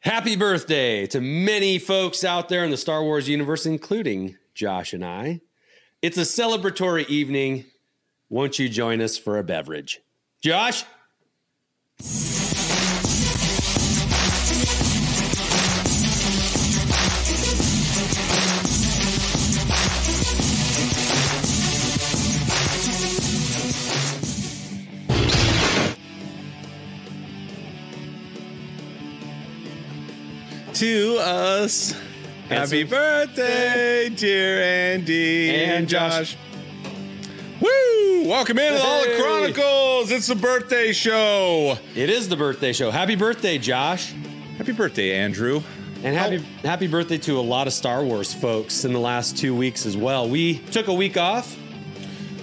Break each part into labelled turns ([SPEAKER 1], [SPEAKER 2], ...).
[SPEAKER 1] Happy birthday to many folks out there in the Star Wars universe, including Josh and I. It's a celebratory evening. Won't you join us for a beverage? Josh?
[SPEAKER 2] to us. Happy
[SPEAKER 1] Handsome.
[SPEAKER 2] birthday, dear Andy
[SPEAKER 1] And Josh.
[SPEAKER 2] Woo! Welcome in to the Hall of
[SPEAKER 1] Hey.
[SPEAKER 2] Chronicles. It's the birthday show.
[SPEAKER 1] It is the birthday show. Happy birthday, Josh.
[SPEAKER 2] Happy birthday, Andrew.
[SPEAKER 1] And happy happy birthday to a lot of Star Wars folks in the last two weeks as well. We took a week off.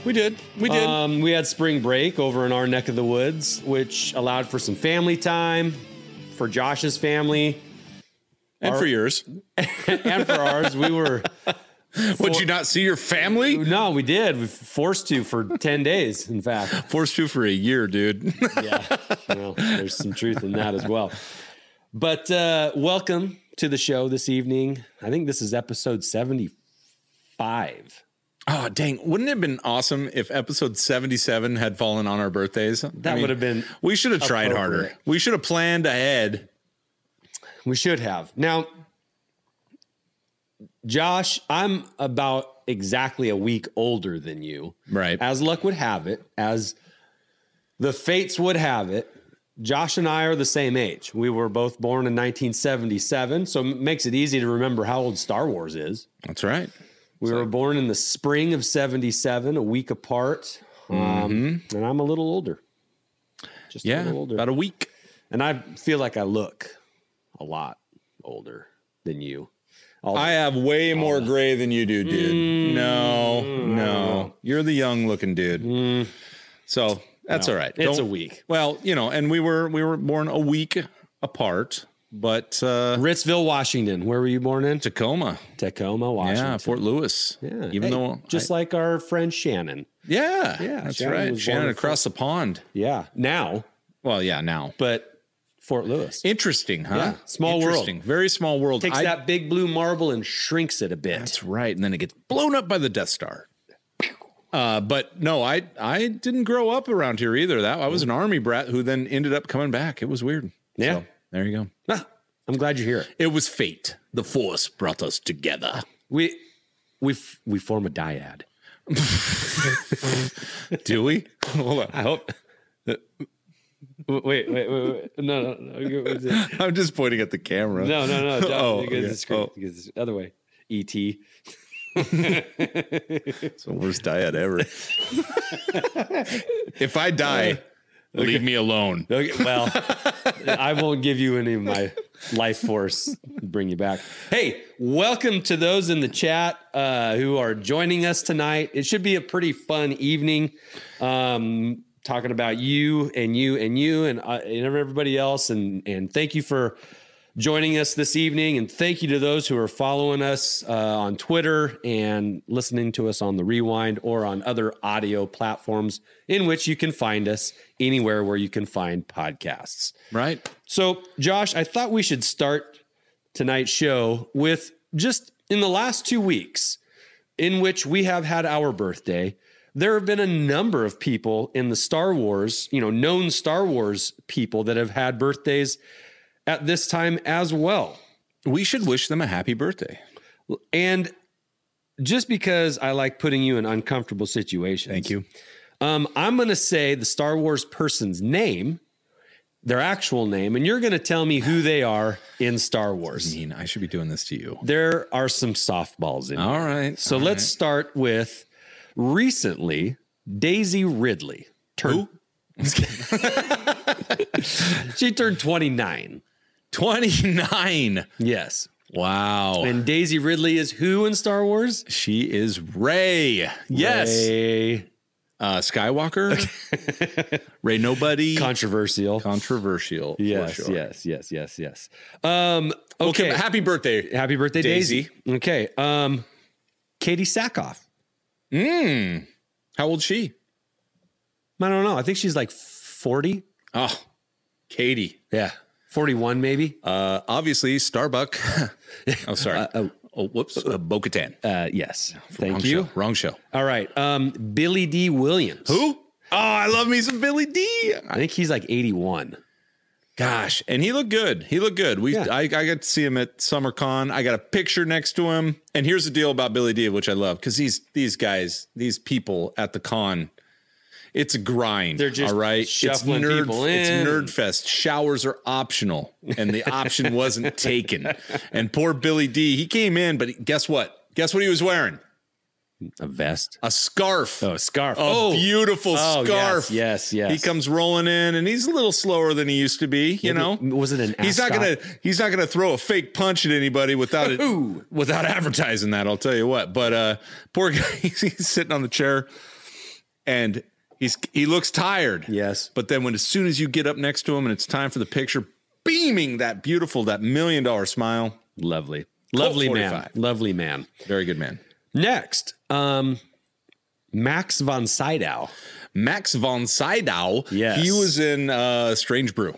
[SPEAKER 2] We did. We did.
[SPEAKER 1] Um, we had spring break over in our neck of the woods, which allowed for some family time for Josh's family
[SPEAKER 2] and for yours.
[SPEAKER 1] and for ours. We were
[SPEAKER 2] Would you not see your family?
[SPEAKER 1] no, we did. We were forced to for ten days. In fact,
[SPEAKER 2] Forced to for a year, dude.
[SPEAKER 1] yeah, well, there's some truth in that as well. But uh, welcome to the show this evening. I think this is episode seventy-five.
[SPEAKER 2] oh, dang. Wouldn't it have been awesome if episode 77 had fallen on our birthdays?
[SPEAKER 1] That would have been
[SPEAKER 2] We should have tried harder.
[SPEAKER 1] appropriate.
[SPEAKER 2] We should have planned ahead.
[SPEAKER 1] We should have. Now, Josh, I'm about exactly a week older than you.
[SPEAKER 2] Right.
[SPEAKER 1] As luck would have it, as the fates would have it, Josh and I are the same age. We were both born in 1977, so it makes it easy to remember how old Star Wars is.
[SPEAKER 2] That's right.
[SPEAKER 1] We were born in the spring of 77, a week apart. Um, and I'm a little older. Just a
[SPEAKER 2] Mm-hmm. Yeah.
[SPEAKER 1] little older.
[SPEAKER 2] About a week.
[SPEAKER 1] And I feel like I look a lot older than you.
[SPEAKER 2] I have way
[SPEAKER 1] Oh.
[SPEAKER 2] more gray than you do,
[SPEAKER 1] Mm.
[SPEAKER 2] dude. no, no. You're the young looking dude. So that's all right.
[SPEAKER 1] Mm. It's
[SPEAKER 2] Don't-
[SPEAKER 1] a week.
[SPEAKER 2] Well, you know, and we were we were born a week apart, but uh
[SPEAKER 1] Ritzville, Washington. Where were you born in?
[SPEAKER 2] Tacoma.
[SPEAKER 1] Tacoma, Washington.
[SPEAKER 2] Yeah, Fort Lewis.
[SPEAKER 1] Yeah.
[SPEAKER 2] Even
[SPEAKER 1] Hey,
[SPEAKER 2] though
[SPEAKER 1] just
[SPEAKER 2] I,
[SPEAKER 1] like our friend Shannon.
[SPEAKER 2] Yeah.
[SPEAKER 1] Yeah, Shannon
[SPEAKER 2] That's
[SPEAKER 1] was born
[SPEAKER 2] right. Shannon
[SPEAKER 1] in
[SPEAKER 2] across the pond.
[SPEAKER 1] Yeah. Now,
[SPEAKER 2] Well, yeah, now.
[SPEAKER 1] but Fort Lewis.
[SPEAKER 2] Interesting, huh?
[SPEAKER 1] Yeah, small world.
[SPEAKER 2] Interesting. Very small world.
[SPEAKER 1] takes
[SPEAKER 2] I-
[SPEAKER 1] that big blue marble and shrinks it a bit.
[SPEAKER 2] That's right. And then it gets blown up by the Death Star. Uh, but no, I I didn't grow up around here either. That I was an army brat who then ended up coming back. It was weird.
[SPEAKER 1] Yeah.
[SPEAKER 2] So, there you go.
[SPEAKER 1] Ah, I'm glad you're here.
[SPEAKER 2] It was fate. The force brought us together.
[SPEAKER 1] We we f- we form a dyad.
[SPEAKER 2] Do we? Hold on.
[SPEAKER 1] I hope. wait, wait, wait, wait. No, no, no.
[SPEAKER 2] I'm just pointing at the camera.
[SPEAKER 1] No, no, no. Josh,
[SPEAKER 2] Oh,
[SPEAKER 1] you guys
[SPEAKER 2] okay.
[SPEAKER 1] are screwed.
[SPEAKER 2] Oh.
[SPEAKER 1] You guys are screwed. other way. E E.T.
[SPEAKER 2] It's the worst diet ever. if I die,
[SPEAKER 1] Uh,
[SPEAKER 2] leave me alone.
[SPEAKER 1] Okay, well, I won't give you any of my life force to bring you back. Hey, welcome to those in the chat uh, who are joining us tonight. It should be a pretty fun evening. Um, talking about you and you and you and uh, and everybody else and and thank you for joining us this evening and thank you to those who are following us uh, on Twitter and listening to us on the Rewind or on other audio platforms in which you can find us anywhere where you can find podcasts.
[SPEAKER 2] Right?
[SPEAKER 1] So, Josh, I thought we should start tonight's show with just in the last two weeks, in which we have had our birthday, there have been a number of people in the Star Wars, you know, known Star Wars people that have had birthdays at this time as well.
[SPEAKER 2] We should wish them a happy birthday.
[SPEAKER 1] And just because I like putting you in uncomfortable situations, Um, I'm going to say the Star Wars person's name, their actual name, and you're going to tell me who they are in Star
[SPEAKER 2] I
[SPEAKER 1] Wars.
[SPEAKER 2] mean, I should be doing this to you.
[SPEAKER 1] There are some softballs in. here.
[SPEAKER 2] All right.
[SPEAKER 1] So let's start with recently Daisy Ridley. Turned, she turned 29.
[SPEAKER 2] 29.
[SPEAKER 1] Yes.
[SPEAKER 2] Wow.
[SPEAKER 1] And Daisy Ridley is who in Star Wars?
[SPEAKER 2] she is Ray. Yes.
[SPEAKER 1] Ray.
[SPEAKER 2] Uh, Skywalker. Ray Nobody.
[SPEAKER 1] Controversial.
[SPEAKER 2] Controversial. for
[SPEAKER 1] yes,
[SPEAKER 2] sure.
[SPEAKER 1] yes, yes, yes, yes. Um, okay.
[SPEAKER 2] Okay. but Happy birthday.
[SPEAKER 1] Happy birthday, Daisy.
[SPEAKER 2] Daisy.
[SPEAKER 1] Okay. Um, Katie Sackhoff.
[SPEAKER 2] Mm. How old she?
[SPEAKER 1] I don't know. I think she's like 40.
[SPEAKER 2] Oh, Katie.
[SPEAKER 1] Yeah. 41 maybe.
[SPEAKER 2] Uh, obviously, Starbuck. oh, sorry.
[SPEAKER 1] Uh, oh.
[SPEAKER 2] oh, whoops. Uh, Bo Katan.
[SPEAKER 1] Uh, yes.
[SPEAKER 2] Wrong
[SPEAKER 1] Thank you.
[SPEAKER 2] Show. Wrong show.
[SPEAKER 1] All right. Um, Billy D. Williams.
[SPEAKER 2] Who? Oh, I love me some Billy D.
[SPEAKER 1] I think he's like 81.
[SPEAKER 2] Gosh, and he looked good. He looked good. We,
[SPEAKER 1] Yeah.
[SPEAKER 2] I, I got to see him at SummerCon. I got a picture next to him. And here's the deal about Billy D, which I love, because these these guys, these people at the con, it's a grind.
[SPEAKER 1] They're just
[SPEAKER 2] all right. It's
[SPEAKER 1] shuffling
[SPEAKER 2] nerd.
[SPEAKER 1] people
[SPEAKER 2] It's
[SPEAKER 1] in.
[SPEAKER 2] nerd fest. Showers are optional, and the option wasn't taken. And poor Billy D, he came in, but guess what? Guess what he was wearing?
[SPEAKER 1] A vest.
[SPEAKER 2] A scarf.
[SPEAKER 1] Oh, a scarf.
[SPEAKER 2] A beautiful
[SPEAKER 1] Oh,
[SPEAKER 2] scarf.
[SPEAKER 1] Yes, yes. yes.
[SPEAKER 2] He comes rolling in, and he's a little slower than he used to be. You
[SPEAKER 1] Maybe-
[SPEAKER 2] know,
[SPEAKER 1] was it an
[SPEAKER 2] He's not gonna.
[SPEAKER 1] ascot?
[SPEAKER 2] He's not gonna throw a fake punch at anybody without it.
[SPEAKER 1] Ooh.
[SPEAKER 2] Without advertising that, I'll tell you what. But uh, poor guy, he's, he's sitting on the chair, and he's he looks tired.
[SPEAKER 1] Yes.
[SPEAKER 2] But then when as soon as you get up next to him and it's time for the picture, beaming that beautiful that million dollar smile.
[SPEAKER 1] Lovely. Lovely man.
[SPEAKER 2] 45.
[SPEAKER 1] Lovely man.
[SPEAKER 2] Very good man.
[SPEAKER 1] Next, um, Max von Sydow.
[SPEAKER 2] Max von Sydow.
[SPEAKER 1] Yes.
[SPEAKER 2] He was in uh, Strange Brew.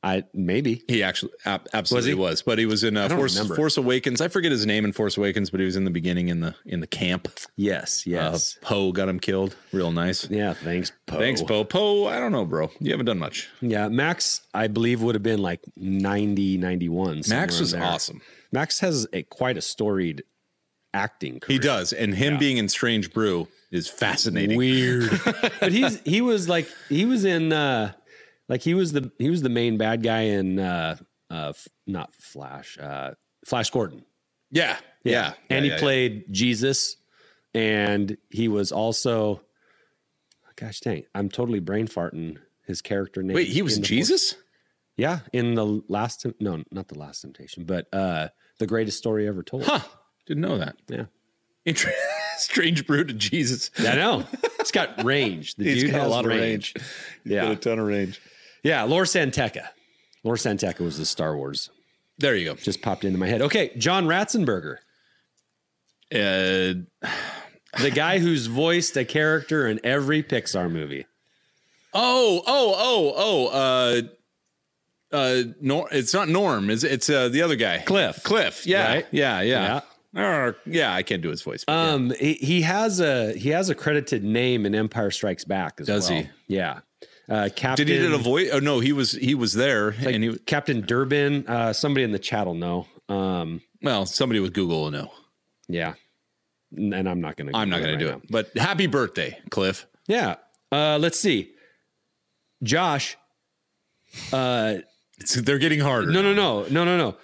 [SPEAKER 1] I maybe
[SPEAKER 2] He actually ab- absolutely
[SPEAKER 1] he?
[SPEAKER 2] was, but he was in uh,
[SPEAKER 1] don't
[SPEAKER 2] Force
[SPEAKER 1] remember.
[SPEAKER 2] Force Awakens. I forget his name in Force Awakens, but he was in the beginning in the in the camp.
[SPEAKER 1] yes yes
[SPEAKER 2] Uh, Poe got him killed. Real nice.
[SPEAKER 1] yeah thanks Poe.
[SPEAKER 2] Thanks, Poe. Poe, I don't know, bro. You haven't done much.
[SPEAKER 1] yeah Max I believe would have been like 90 91 somewhere
[SPEAKER 2] Max
[SPEAKER 1] in
[SPEAKER 2] was
[SPEAKER 1] there.
[SPEAKER 2] awesome.
[SPEAKER 1] Max has a quite a storied acting career.
[SPEAKER 2] He does, and him being in Strange Brew is fascinating.
[SPEAKER 1] weird but he's he was like he was in uh like he was the he was the main bad guy in uh uh f- not Flash uh Flash Gordon
[SPEAKER 2] yeah, yeah, yeah.
[SPEAKER 1] and he
[SPEAKER 2] yeah,
[SPEAKER 1] played Jesus, and he was also, gosh dang, I'm totally brain farting his character name.
[SPEAKER 2] yeah. Wait, he was
[SPEAKER 1] in the
[SPEAKER 2] Jesus.
[SPEAKER 1] fourth- yeah, in the last, Tem- no, not the last temptation, but uh the greatest story ever told.
[SPEAKER 2] Huh? Didn't know that.
[SPEAKER 1] Yeah,
[SPEAKER 2] Inter- Strange Brew to Jesus.
[SPEAKER 1] I know. It's got range. The
[SPEAKER 2] He's
[SPEAKER 1] dude
[SPEAKER 2] got a
[SPEAKER 1] has
[SPEAKER 2] lot of
[SPEAKER 1] range.
[SPEAKER 2] range.
[SPEAKER 1] Yeah,
[SPEAKER 2] Got ton of range.
[SPEAKER 1] yeah. Lor Santeca. Lor Santeca was the Star Wars.
[SPEAKER 2] There you go.
[SPEAKER 1] Just popped into my head. Okay, John Ratzenberger,
[SPEAKER 2] Uh,
[SPEAKER 1] the guy who's voiced a character in every Pixar movie.
[SPEAKER 2] oh, oh, oh, oh. Uh, uh, Nor- it's not Norm. Is it's uh, the other guy?
[SPEAKER 1] Cliff.
[SPEAKER 2] Cliff. Yeah.
[SPEAKER 1] Right?
[SPEAKER 2] Yeah. Yeah. Arr, yeah. I can't do his voice. but yeah.
[SPEAKER 1] Um, he, he has a he has a credited name in Empire Strikes Back as
[SPEAKER 2] Does
[SPEAKER 1] well.
[SPEAKER 2] he?
[SPEAKER 1] Yeah, uh, Captain.
[SPEAKER 2] Did he did a voice? Oh no, he was he was there,
[SPEAKER 1] like,
[SPEAKER 2] and he
[SPEAKER 1] Captain Durbin? Uh, somebody in the chat will know. Um,
[SPEAKER 2] well, somebody with Google will know.
[SPEAKER 1] yeah, N- and I'm not gonna.
[SPEAKER 2] I'm not
[SPEAKER 1] Google
[SPEAKER 2] going to do
[SPEAKER 1] right
[SPEAKER 2] it. But happy birthday, Cliff.
[SPEAKER 1] now. Yeah. Uh, let's see. Josh. Uh,
[SPEAKER 2] It's, they're getting harder.
[SPEAKER 1] no, no, no, no, no, no.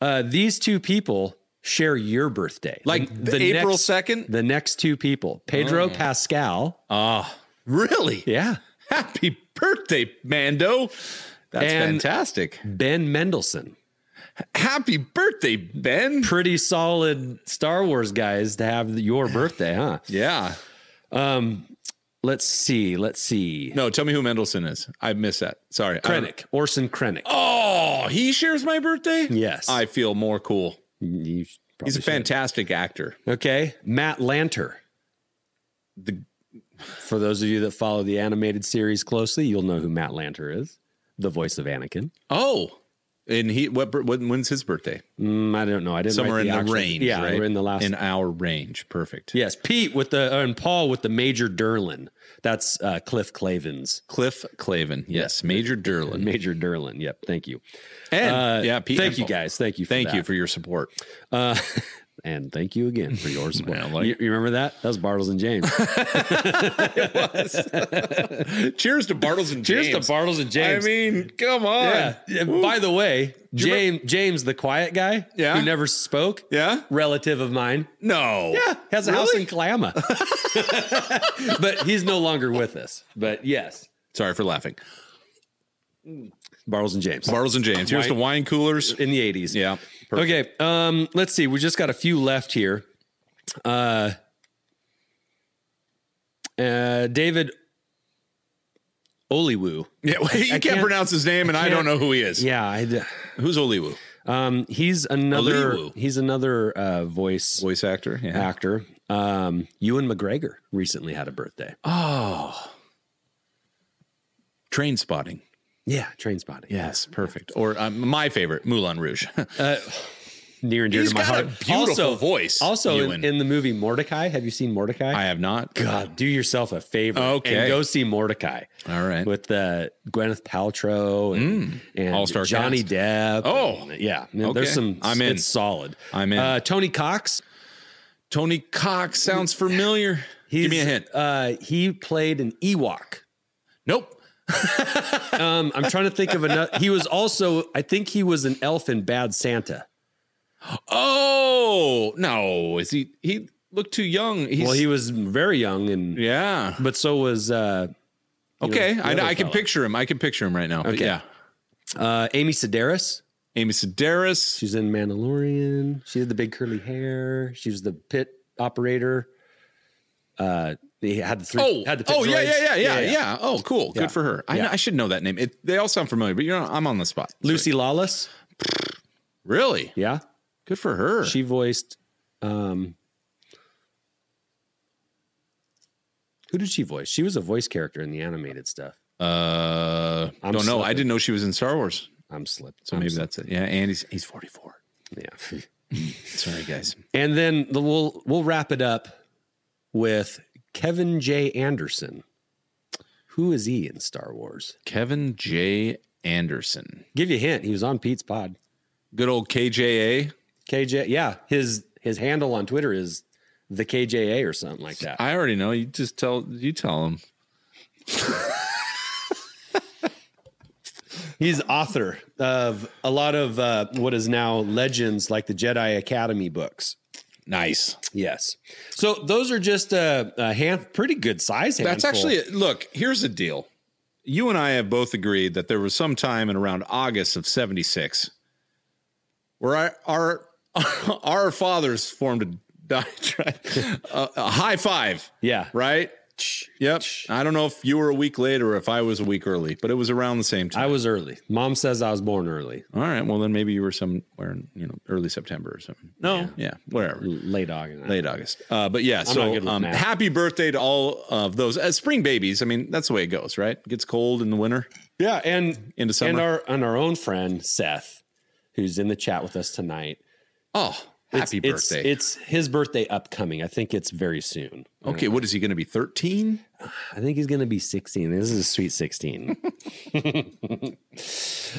[SPEAKER 1] Uh, these two people share your birthday,
[SPEAKER 2] like the April
[SPEAKER 1] next,
[SPEAKER 2] second. Oh.
[SPEAKER 1] the next two people, Pedro Pascal.
[SPEAKER 2] Ah, really?
[SPEAKER 1] Yeah.
[SPEAKER 2] Happy birthday, Mando. That's
[SPEAKER 1] And-
[SPEAKER 2] fantastic.
[SPEAKER 1] Ben Mendelsohn.
[SPEAKER 2] Happy birthday, Ben.
[SPEAKER 1] pretty solid Star Wars guys to have your birthday, huh?
[SPEAKER 2] Yeah.
[SPEAKER 1] Um, let's see, let's see.
[SPEAKER 2] No, tell me who Mendelsohn is. I miss that. Sorry. I don't-
[SPEAKER 1] Krennic, Orson Krennic.
[SPEAKER 2] Oh, he shares my birthday.
[SPEAKER 1] Yes,
[SPEAKER 2] I feel more cool.
[SPEAKER 1] You sh-
[SPEAKER 2] He's
[SPEAKER 1] probably
[SPEAKER 2] a fantastic actor.
[SPEAKER 1] should. Okay, Matt Lanter.
[SPEAKER 2] The-
[SPEAKER 1] For those of you that follow the animated series closely, you'll know who Matt Lanter is, the voice of Anakin.
[SPEAKER 2] Oh, and he what? bir- when- When's his birthday?
[SPEAKER 1] Mm, I don't know. I didn't
[SPEAKER 2] somewhere
[SPEAKER 1] write
[SPEAKER 2] in the
[SPEAKER 1] actual-
[SPEAKER 2] range,
[SPEAKER 1] Yeah,
[SPEAKER 2] right?
[SPEAKER 1] we're in the last.
[SPEAKER 2] in our range. Perfect.
[SPEAKER 1] yes, Pete with the and Paul with the Major Derlin. That's uh, Cliff Clavin's
[SPEAKER 2] Cliff Clavin, yes, Major Derlin,
[SPEAKER 1] Major Derlin. Yep, thank you.
[SPEAKER 2] and
[SPEAKER 1] Uh,
[SPEAKER 2] yeah, Pete
[SPEAKER 1] thank you
[SPEAKER 2] Hempel.
[SPEAKER 1] guys. Thank you. For
[SPEAKER 2] Thank
[SPEAKER 1] that.
[SPEAKER 2] you for your support.
[SPEAKER 1] Uh, and thank you again for your support.
[SPEAKER 2] Well, like-
[SPEAKER 1] you, you remember that? That was Bartles and James.
[SPEAKER 2] Cheers to Bartles and
[SPEAKER 1] Cheers
[SPEAKER 2] James.
[SPEAKER 1] to Bartles and James.
[SPEAKER 2] I mean, come on.
[SPEAKER 1] yeah. Yeah, By the way, James, James, the quiet guy
[SPEAKER 2] Yeah.
[SPEAKER 1] who never spoke,
[SPEAKER 2] Yeah?
[SPEAKER 1] relative of mine,
[SPEAKER 2] No.
[SPEAKER 1] yeah, has a house
[SPEAKER 2] Really?
[SPEAKER 1] in Kalama. but he's no longer with us. But yes,
[SPEAKER 2] Sorry for laughing.
[SPEAKER 1] Bartles and James
[SPEAKER 2] Bartles and James. Here's
[SPEAKER 1] Wine-
[SPEAKER 2] the wine coolers.
[SPEAKER 1] in the 80s.
[SPEAKER 2] Yeah. perfect.
[SPEAKER 1] Okay. Um, let's see. We just got a few left here. Uh, uh, David Oliwu.
[SPEAKER 2] Yeah, well, you can't,
[SPEAKER 1] can't-
[SPEAKER 2] pronounce his name, and I, don't
[SPEAKER 1] can't-
[SPEAKER 2] know who he is.
[SPEAKER 1] Yeah, I d-
[SPEAKER 2] Who's Oliwu?
[SPEAKER 1] um, he's another
[SPEAKER 2] Oliwu.
[SPEAKER 1] he's another uh, voice
[SPEAKER 2] Voice actor. Yeah.
[SPEAKER 1] actor. Um, Ewan McGregor recently had a birthday.
[SPEAKER 2] Oh. Train spotting.
[SPEAKER 1] Yeah, train spotting.
[SPEAKER 2] Yes, perfect. Or um, my favorite, Moulin Rouge.
[SPEAKER 1] near and dear
[SPEAKER 2] He's
[SPEAKER 1] to my
[SPEAKER 2] got a
[SPEAKER 1] heart.
[SPEAKER 2] beautiful voice,
[SPEAKER 1] Also, in,
[SPEAKER 2] Ewan.
[SPEAKER 1] in the movie Mordecai, have you seen Mordecai?
[SPEAKER 2] I have not.
[SPEAKER 1] God, do yourself a favor
[SPEAKER 2] Okay.
[SPEAKER 1] and go see Mordecai
[SPEAKER 2] All right.
[SPEAKER 1] with uh, Gwyneth Paltrow and, and
[SPEAKER 2] Mm. All-star
[SPEAKER 1] Johnny Depp.
[SPEAKER 2] Oh.
[SPEAKER 1] and- uh, yeah. I mean,
[SPEAKER 2] Okay.
[SPEAKER 1] There's some.
[SPEAKER 2] I'm in.
[SPEAKER 1] It's solid.
[SPEAKER 2] I'm in.
[SPEAKER 1] Uh, Tony Cox.
[SPEAKER 2] Tony Cox sounds familiar. Give me a
[SPEAKER 1] he's-
[SPEAKER 2] hint.
[SPEAKER 1] Uh, he played an Ewok.
[SPEAKER 2] Nope.
[SPEAKER 1] Um, I'm trying to think of another. He was also, I think he was an elf in Bad Santa.
[SPEAKER 2] Oh no! Is he? He looked too young. He's,
[SPEAKER 1] well, he was very young, and
[SPEAKER 2] yeah.
[SPEAKER 1] but so was uh, you know,
[SPEAKER 2] Okay,
[SPEAKER 1] the
[SPEAKER 2] I,
[SPEAKER 1] other
[SPEAKER 2] I can
[SPEAKER 1] fella.
[SPEAKER 2] picture him. I can picture him right now. But
[SPEAKER 1] Okay.
[SPEAKER 2] yeah,
[SPEAKER 1] uh, Amy Sedaris.
[SPEAKER 2] Amy Sedaris.
[SPEAKER 1] She's in Mandalorian. She had the big curly hair. She was the pit operator. Uh, they had the three.
[SPEAKER 2] Oh,
[SPEAKER 1] had the pit
[SPEAKER 2] oh yeah,
[SPEAKER 1] droids.
[SPEAKER 2] yeah, yeah, yeah, yeah, Oh, cool.
[SPEAKER 1] Yeah.
[SPEAKER 2] Good for her. I,
[SPEAKER 1] Yeah.
[SPEAKER 2] know, I should know that name. It, they all sound familiar, but you know, I'm on the spot.
[SPEAKER 1] Lucy Lawless.
[SPEAKER 2] really?
[SPEAKER 1] Yeah,
[SPEAKER 2] Good for her.
[SPEAKER 1] she voiced. Um, who did she voice? She was a voice character in the animated stuff.
[SPEAKER 2] uh, don't
[SPEAKER 1] I'm
[SPEAKER 2] know. I
[SPEAKER 1] slipping.
[SPEAKER 2] didn't know she was in Star Wars.
[SPEAKER 1] I'm slipped.
[SPEAKER 2] So
[SPEAKER 1] I'm
[SPEAKER 2] maybe
[SPEAKER 1] slipped.
[SPEAKER 2] that's it. Yeah, and he's he's 44.
[SPEAKER 1] yeah.
[SPEAKER 2] Sorry, guys.
[SPEAKER 1] And then the, we'll we'll wrap it up with Kevin J. Anderson. Who is he in Star Wars?
[SPEAKER 2] Kevin J. Anderson.
[SPEAKER 1] Give you a hint. He was on Pete's pod.
[SPEAKER 2] Good old KJA.
[SPEAKER 1] KJ. Yeah, his his handle on Twitter is the KJA or something like that.
[SPEAKER 2] I already know. You just tell you tell him.
[SPEAKER 1] He's author of a lot of uh, what is now legends like the Jedi Academy books.
[SPEAKER 2] Nice.
[SPEAKER 1] Yes. So those are just a, a hand, pretty good size. Handful.
[SPEAKER 2] That's actually it. Look, here's the deal. You and I have both agreed that there was some time in around August of 76 where our our, our fathers formed a diatribe, a, a high five,
[SPEAKER 1] yeah.
[SPEAKER 2] right? Yep. I don't know if you were a week late or if I was a week early, but it was around the same time.
[SPEAKER 1] I was early. Mom says I was born early,
[SPEAKER 2] All right. Well, then maybe you were somewhere in, you know, early September or something. No. Yeah, whatever.
[SPEAKER 1] L- late August.
[SPEAKER 2] late August. Uh, but yeah,
[SPEAKER 1] not
[SPEAKER 2] so
[SPEAKER 1] good with
[SPEAKER 2] um,
[SPEAKER 1] math.
[SPEAKER 2] happy birthday to all of those uh, spring babies. I mean, that's the way it goes, right? gets cold in the winter
[SPEAKER 1] Yeah, and
[SPEAKER 2] into summer.
[SPEAKER 1] and our and our own friend Seth, who's in the chat with us tonight.
[SPEAKER 2] oh,
[SPEAKER 1] It's-
[SPEAKER 2] happy
[SPEAKER 1] it's-
[SPEAKER 2] birthday.
[SPEAKER 1] It's, his birthday upcoming. I think it's very soon.
[SPEAKER 2] okay, what is he going to be? 13?
[SPEAKER 1] I think he's going to be 16. This is a sweet 16.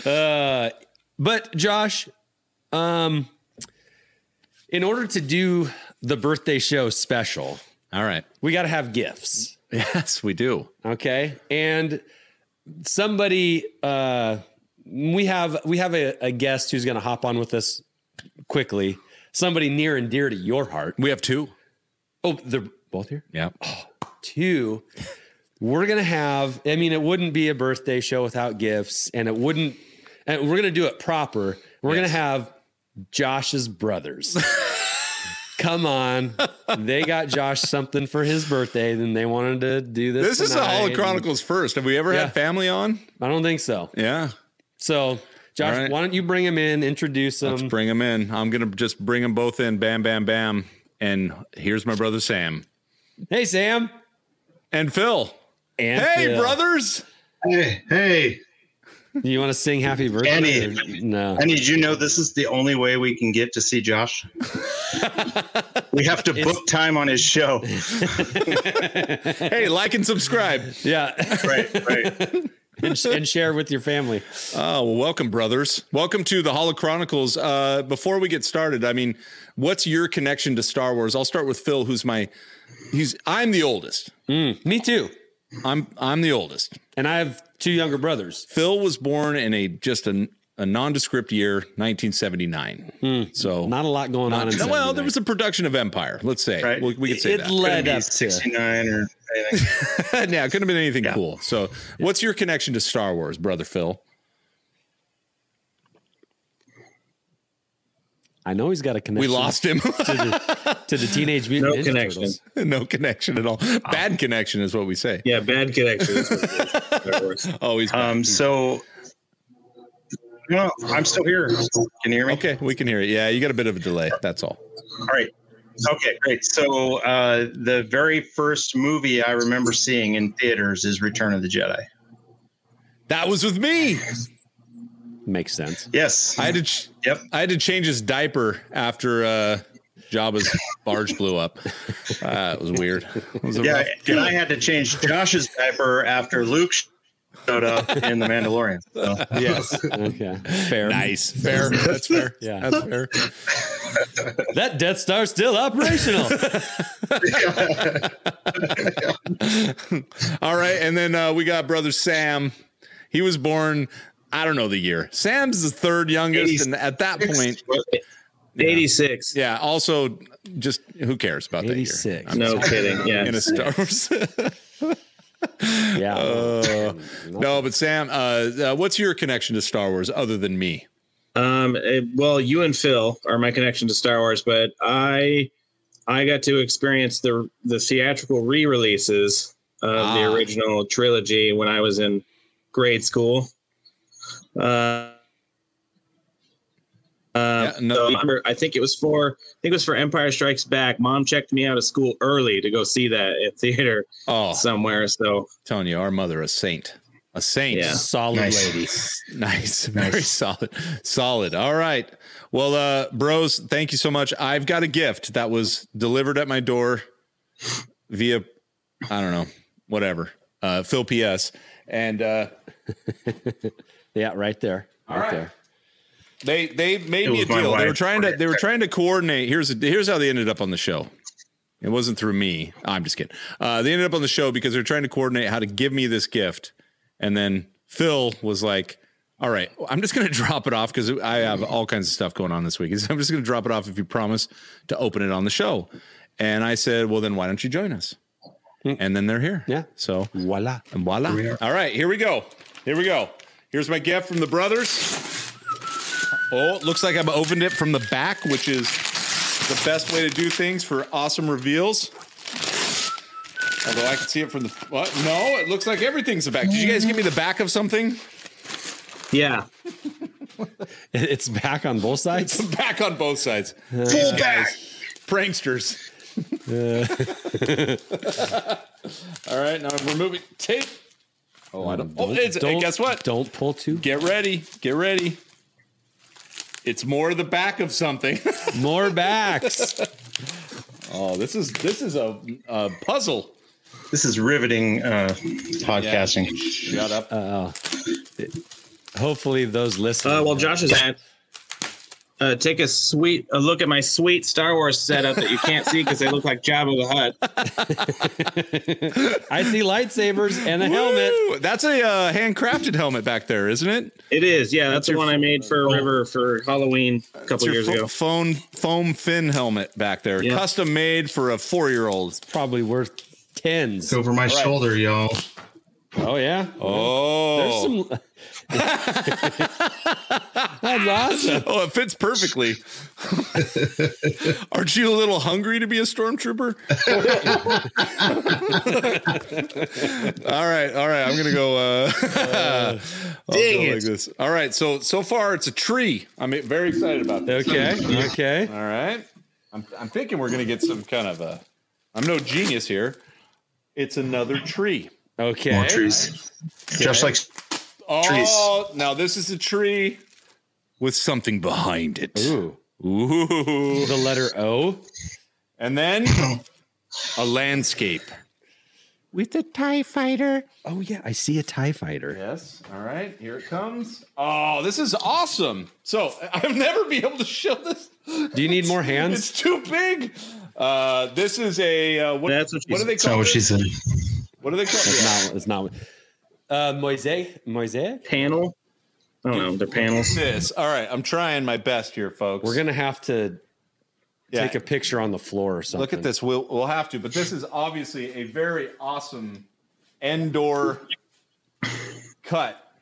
[SPEAKER 1] uh, but Josh, um, in order to do the birthday show special,
[SPEAKER 2] All right.
[SPEAKER 1] we got to have gifts.
[SPEAKER 2] Yes, we do.
[SPEAKER 1] Okay. And somebody, uh, we have, we have a, a guest who's going to hop on with us quickly. Somebody near and dear to your heart.
[SPEAKER 2] We have two.
[SPEAKER 1] Oh, they're both here.
[SPEAKER 2] Yeah.
[SPEAKER 1] two we're gonna have i mean it wouldn't be a birthday show without gifts and it wouldn't and we're gonna do it proper we're
[SPEAKER 2] Yes.
[SPEAKER 1] gonna have josh's brothers come on they got josh something for his birthday then they wanted to do this
[SPEAKER 2] This is the
[SPEAKER 1] tonight.
[SPEAKER 2] Hall of Chronicles first. Have we ever
[SPEAKER 1] Yeah.
[SPEAKER 2] had family on?
[SPEAKER 1] i don't think so
[SPEAKER 2] Yeah.
[SPEAKER 1] so josh
[SPEAKER 2] All right.
[SPEAKER 1] why don't you bring him in introduce him
[SPEAKER 2] Let's bring them in. I'm going to just bring them both in. Bam, bam, bam. And here's my brother Sam
[SPEAKER 1] hey sam
[SPEAKER 2] and Phil.
[SPEAKER 1] and
[SPEAKER 2] Hey,
[SPEAKER 1] Phil.
[SPEAKER 2] brothers.
[SPEAKER 3] Hey, hey,
[SPEAKER 1] you want to sing happy birthday
[SPEAKER 3] Annie.
[SPEAKER 1] or- no
[SPEAKER 3] I need you know this is the only way we can get to see Josh. we have to book time on his show.
[SPEAKER 2] Hey, like and subscribe.
[SPEAKER 1] yeah
[SPEAKER 3] Right, right.
[SPEAKER 1] and, and share with your family
[SPEAKER 2] Oh, well, welcome, brothers. Welcome to the Hollow Chronicles. Uh, before we get started, I mean, what's your connection to Star Wars? I'll start with Phil, who's my he's I'm the oldest.
[SPEAKER 1] Mm, me too
[SPEAKER 2] I'm I'm the oldest.
[SPEAKER 1] and I have two younger brothers.
[SPEAKER 2] Phil was born in a just a, a nondescript year, 1979. So
[SPEAKER 1] Hmm. Not a lot going on. In
[SPEAKER 2] well, there was a production of Empire. Let's say
[SPEAKER 3] Right.
[SPEAKER 2] we, we could say
[SPEAKER 1] it
[SPEAKER 2] that.
[SPEAKER 1] led
[SPEAKER 3] Be
[SPEAKER 1] up to.
[SPEAKER 3] 69 or anything.
[SPEAKER 2] yeah, it couldn't have been anything cool. So, what's your connection to Star Wars, brother Phil?
[SPEAKER 1] I know he's got a
[SPEAKER 2] We
[SPEAKER 1] connection.
[SPEAKER 2] lost him.
[SPEAKER 1] to Ah. the teenage mutant
[SPEAKER 4] No
[SPEAKER 1] Ninja
[SPEAKER 4] connection.
[SPEAKER 1] Turtles.
[SPEAKER 2] no connection at all. Bad connection is what we say.
[SPEAKER 4] Yeah, bad connection. is what it is. That works.
[SPEAKER 2] Oh,
[SPEAKER 1] Uh,
[SPEAKER 2] he's back.
[SPEAKER 3] Um, so no, I'm still here. Can you hear me?
[SPEAKER 2] Okay, we can hear it. Yeah, you got a bit of a delay. That's all.
[SPEAKER 3] All right. Okay, great. So uh, the very first movie I remember seeing in theaters is Return of the Jedi.
[SPEAKER 2] That was with me.
[SPEAKER 5] Makes sense.
[SPEAKER 3] Yes.
[SPEAKER 2] I had to ch-
[SPEAKER 3] Yep.
[SPEAKER 2] I had to change his diaper after uh Jabba's barge blew up. Uh, it was weird. It was a
[SPEAKER 3] Yeah.
[SPEAKER 2] rough-
[SPEAKER 3] And I had to change Josh's diaper after Luke showed up in The Mandalorian. So,
[SPEAKER 5] Yes. okay. Fair.
[SPEAKER 2] nice, fair. That's fair.
[SPEAKER 5] Yeah.
[SPEAKER 2] that's fair.
[SPEAKER 5] That Death Star's still operational.
[SPEAKER 2] All right, and then uh, we got brother Sam. He was born. I don't know the year. Sam's the third youngest, and at that point,
[SPEAKER 4] Eighty six.
[SPEAKER 2] yeah. Also, just who cares about that year?
[SPEAKER 5] 86.
[SPEAKER 2] I'm
[SPEAKER 4] No kidding. Yeah.
[SPEAKER 2] in a Star Wars.
[SPEAKER 5] yeah.
[SPEAKER 2] Uh, no, but Sam, uh, uh, what's your connection to Star Wars other than me?
[SPEAKER 4] Um, eh, well, you and Phil are my connection to Star Wars, but I I got to experience the the theatrical re releases of the
[SPEAKER 2] Ah.
[SPEAKER 4] original trilogy when I was in grade school. Uh, uh,
[SPEAKER 2] Yeah, no-
[SPEAKER 4] so I, remember- I think it was for I think it was for Empire Strikes Back. Mom checked me out of school early to go see that at theater
[SPEAKER 2] Oh,
[SPEAKER 4] somewhere. So
[SPEAKER 2] telling you, our mother, a saint, a saint.
[SPEAKER 4] Yeah.
[SPEAKER 5] Solid
[SPEAKER 3] Nice.
[SPEAKER 5] lady.
[SPEAKER 2] Nice. Very solid. Solid. All right. Well, uh, bros, thank you so much. I've got a gift that was delivered at my door via, I don't know, whatever, uh, Phil PS. And uh,
[SPEAKER 5] Yeah, right there. Right,
[SPEAKER 2] right.
[SPEAKER 5] there.
[SPEAKER 2] they they made
[SPEAKER 3] It
[SPEAKER 2] me a
[SPEAKER 3] was my
[SPEAKER 2] deal. They
[SPEAKER 3] wife.
[SPEAKER 2] were trying to they were trying to coordinate. Here's here's how they ended up on the show. It wasn't through me. I'm just kidding. Uh, they ended up on the show because they're trying to coordinate how to give me this gift, and then Phil was like, "All right, I'm just going to drop it off because I have all kinds of stuff going on this week. He said, I'm just going to drop it off if you promise to open it on the show." And I said, "Well, then why don't you join us?" And then they're here.
[SPEAKER 5] Yeah.
[SPEAKER 2] So
[SPEAKER 5] Voila.
[SPEAKER 2] and voila. All right, here we go. Here we go. Here's my gift from the brothers. Oh, it looks like I've opened it from the back, which is the best way to do things for awesome reveals. Although I can see it from the what? No, it looks like everything's the back. Did you guys give me the back of something?
[SPEAKER 4] yeah,
[SPEAKER 5] It's back on both sides.
[SPEAKER 2] It's back on both sides.
[SPEAKER 3] Full back.
[SPEAKER 2] Pranksters. All right, now I'm removing tape. Oh, I don't. Oh, it's, and guess what?
[SPEAKER 5] Um, Don't pull too
[SPEAKER 2] Get ready. Get ready. It's more the back of something.
[SPEAKER 5] more backs.
[SPEAKER 2] oh, this is this is a, a puzzle.
[SPEAKER 3] This is riveting uh, podcasting.
[SPEAKER 2] Shut up.
[SPEAKER 5] Uh, Hopefully those listeners.
[SPEAKER 4] Uh, well, Josh is at. Uh, take a sweet a look at my sweet Star Wars setup that you can't see because they look like Jabba the Hutt.
[SPEAKER 5] I see lightsabers and a helmet.
[SPEAKER 2] Woo! That's a uh, handcrafted helmet back there, isn't it?
[SPEAKER 4] It is, yeah. That's, the one I made for River for Halloween a couple
[SPEAKER 2] your
[SPEAKER 4] years
[SPEAKER 2] fo-
[SPEAKER 4] ago.
[SPEAKER 2] phone foam fin helmet back there,
[SPEAKER 4] Yeah.
[SPEAKER 2] custom made for a four year old.
[SPEAKER 5] Probably worth tens.
[SPEAKER 3] Over my shoulder, y'all.
[SPEAKER 5] Oh yeah. There's
[SPEAKER 2] Oh,
[SPEAKER 5] some That's awesome.
[SPEAKER 2] oh, it fits perfectly. Aren't you a little hungry to be a stormtrooper? all right, all right. I'm gonna go. Uh, I'll
[SPEAKER 4] Dang
[SPEAKER 2] go
[SPEAKER 4] it.
[SPEAKER 2] Like this. All right. So so far it's a tree. I'm very excited about this.
[SPEAKER 5] Okay. Okay.
[SPEAKER 2] All right. I'm I'm thinking we're gonna get some kind of a. I'm no genius here. It's another tree.
[SPEAKER 5] Okay.
[SPEAKER 3] More trees. Just like
[SPEAKER 2] Oh, now this is a tree with something behind it.
[SPEAKER 5] Ooh.
[SPEAKER 2] Ooh.
[SPEAKER 5] The letter O.
[SPEAKER 2] And then a landscape. With a TIE fighter.
[SPEAKER 5] Oh yeah, I see a TIE fighter.
[SPEAKER 2] Yes. All right. Here it comes. Oh, this is awesome. So I've never been able to show this.
[SPEAKER 5] Do you need more hands?
[SPEAKER 2] It's too big. Uh, this is a uh, what,
[SPEAKER 4] That's what she
[SPEAKER 2] what do they
[SPEAKER 3] That's not
[SPEAKER 2] call
[SPEAKER 3] what
[SPEAKER 2] it?
[SPEAKER 3] she said.
[SPEAKER 2] What do they call
[SPEAKER 5] It's
[SPEAKER 2] it?
[SPEAKER 5] not it's not uh mosaic mosaic?
[SPEAKER 4] Panel. I don't know. They're panels.
[SPEAKER 2] This. All right. I'm trying my best here, folks.
[SPEAKER 5] We're gonna have to
[SPEAKER 2] Yeah.
[SPEAKER 5] take a picture on the floor or something.
[SPEAKER 2] Look at this. We'll we'll have to, but this is obviously a very awesome Endor cut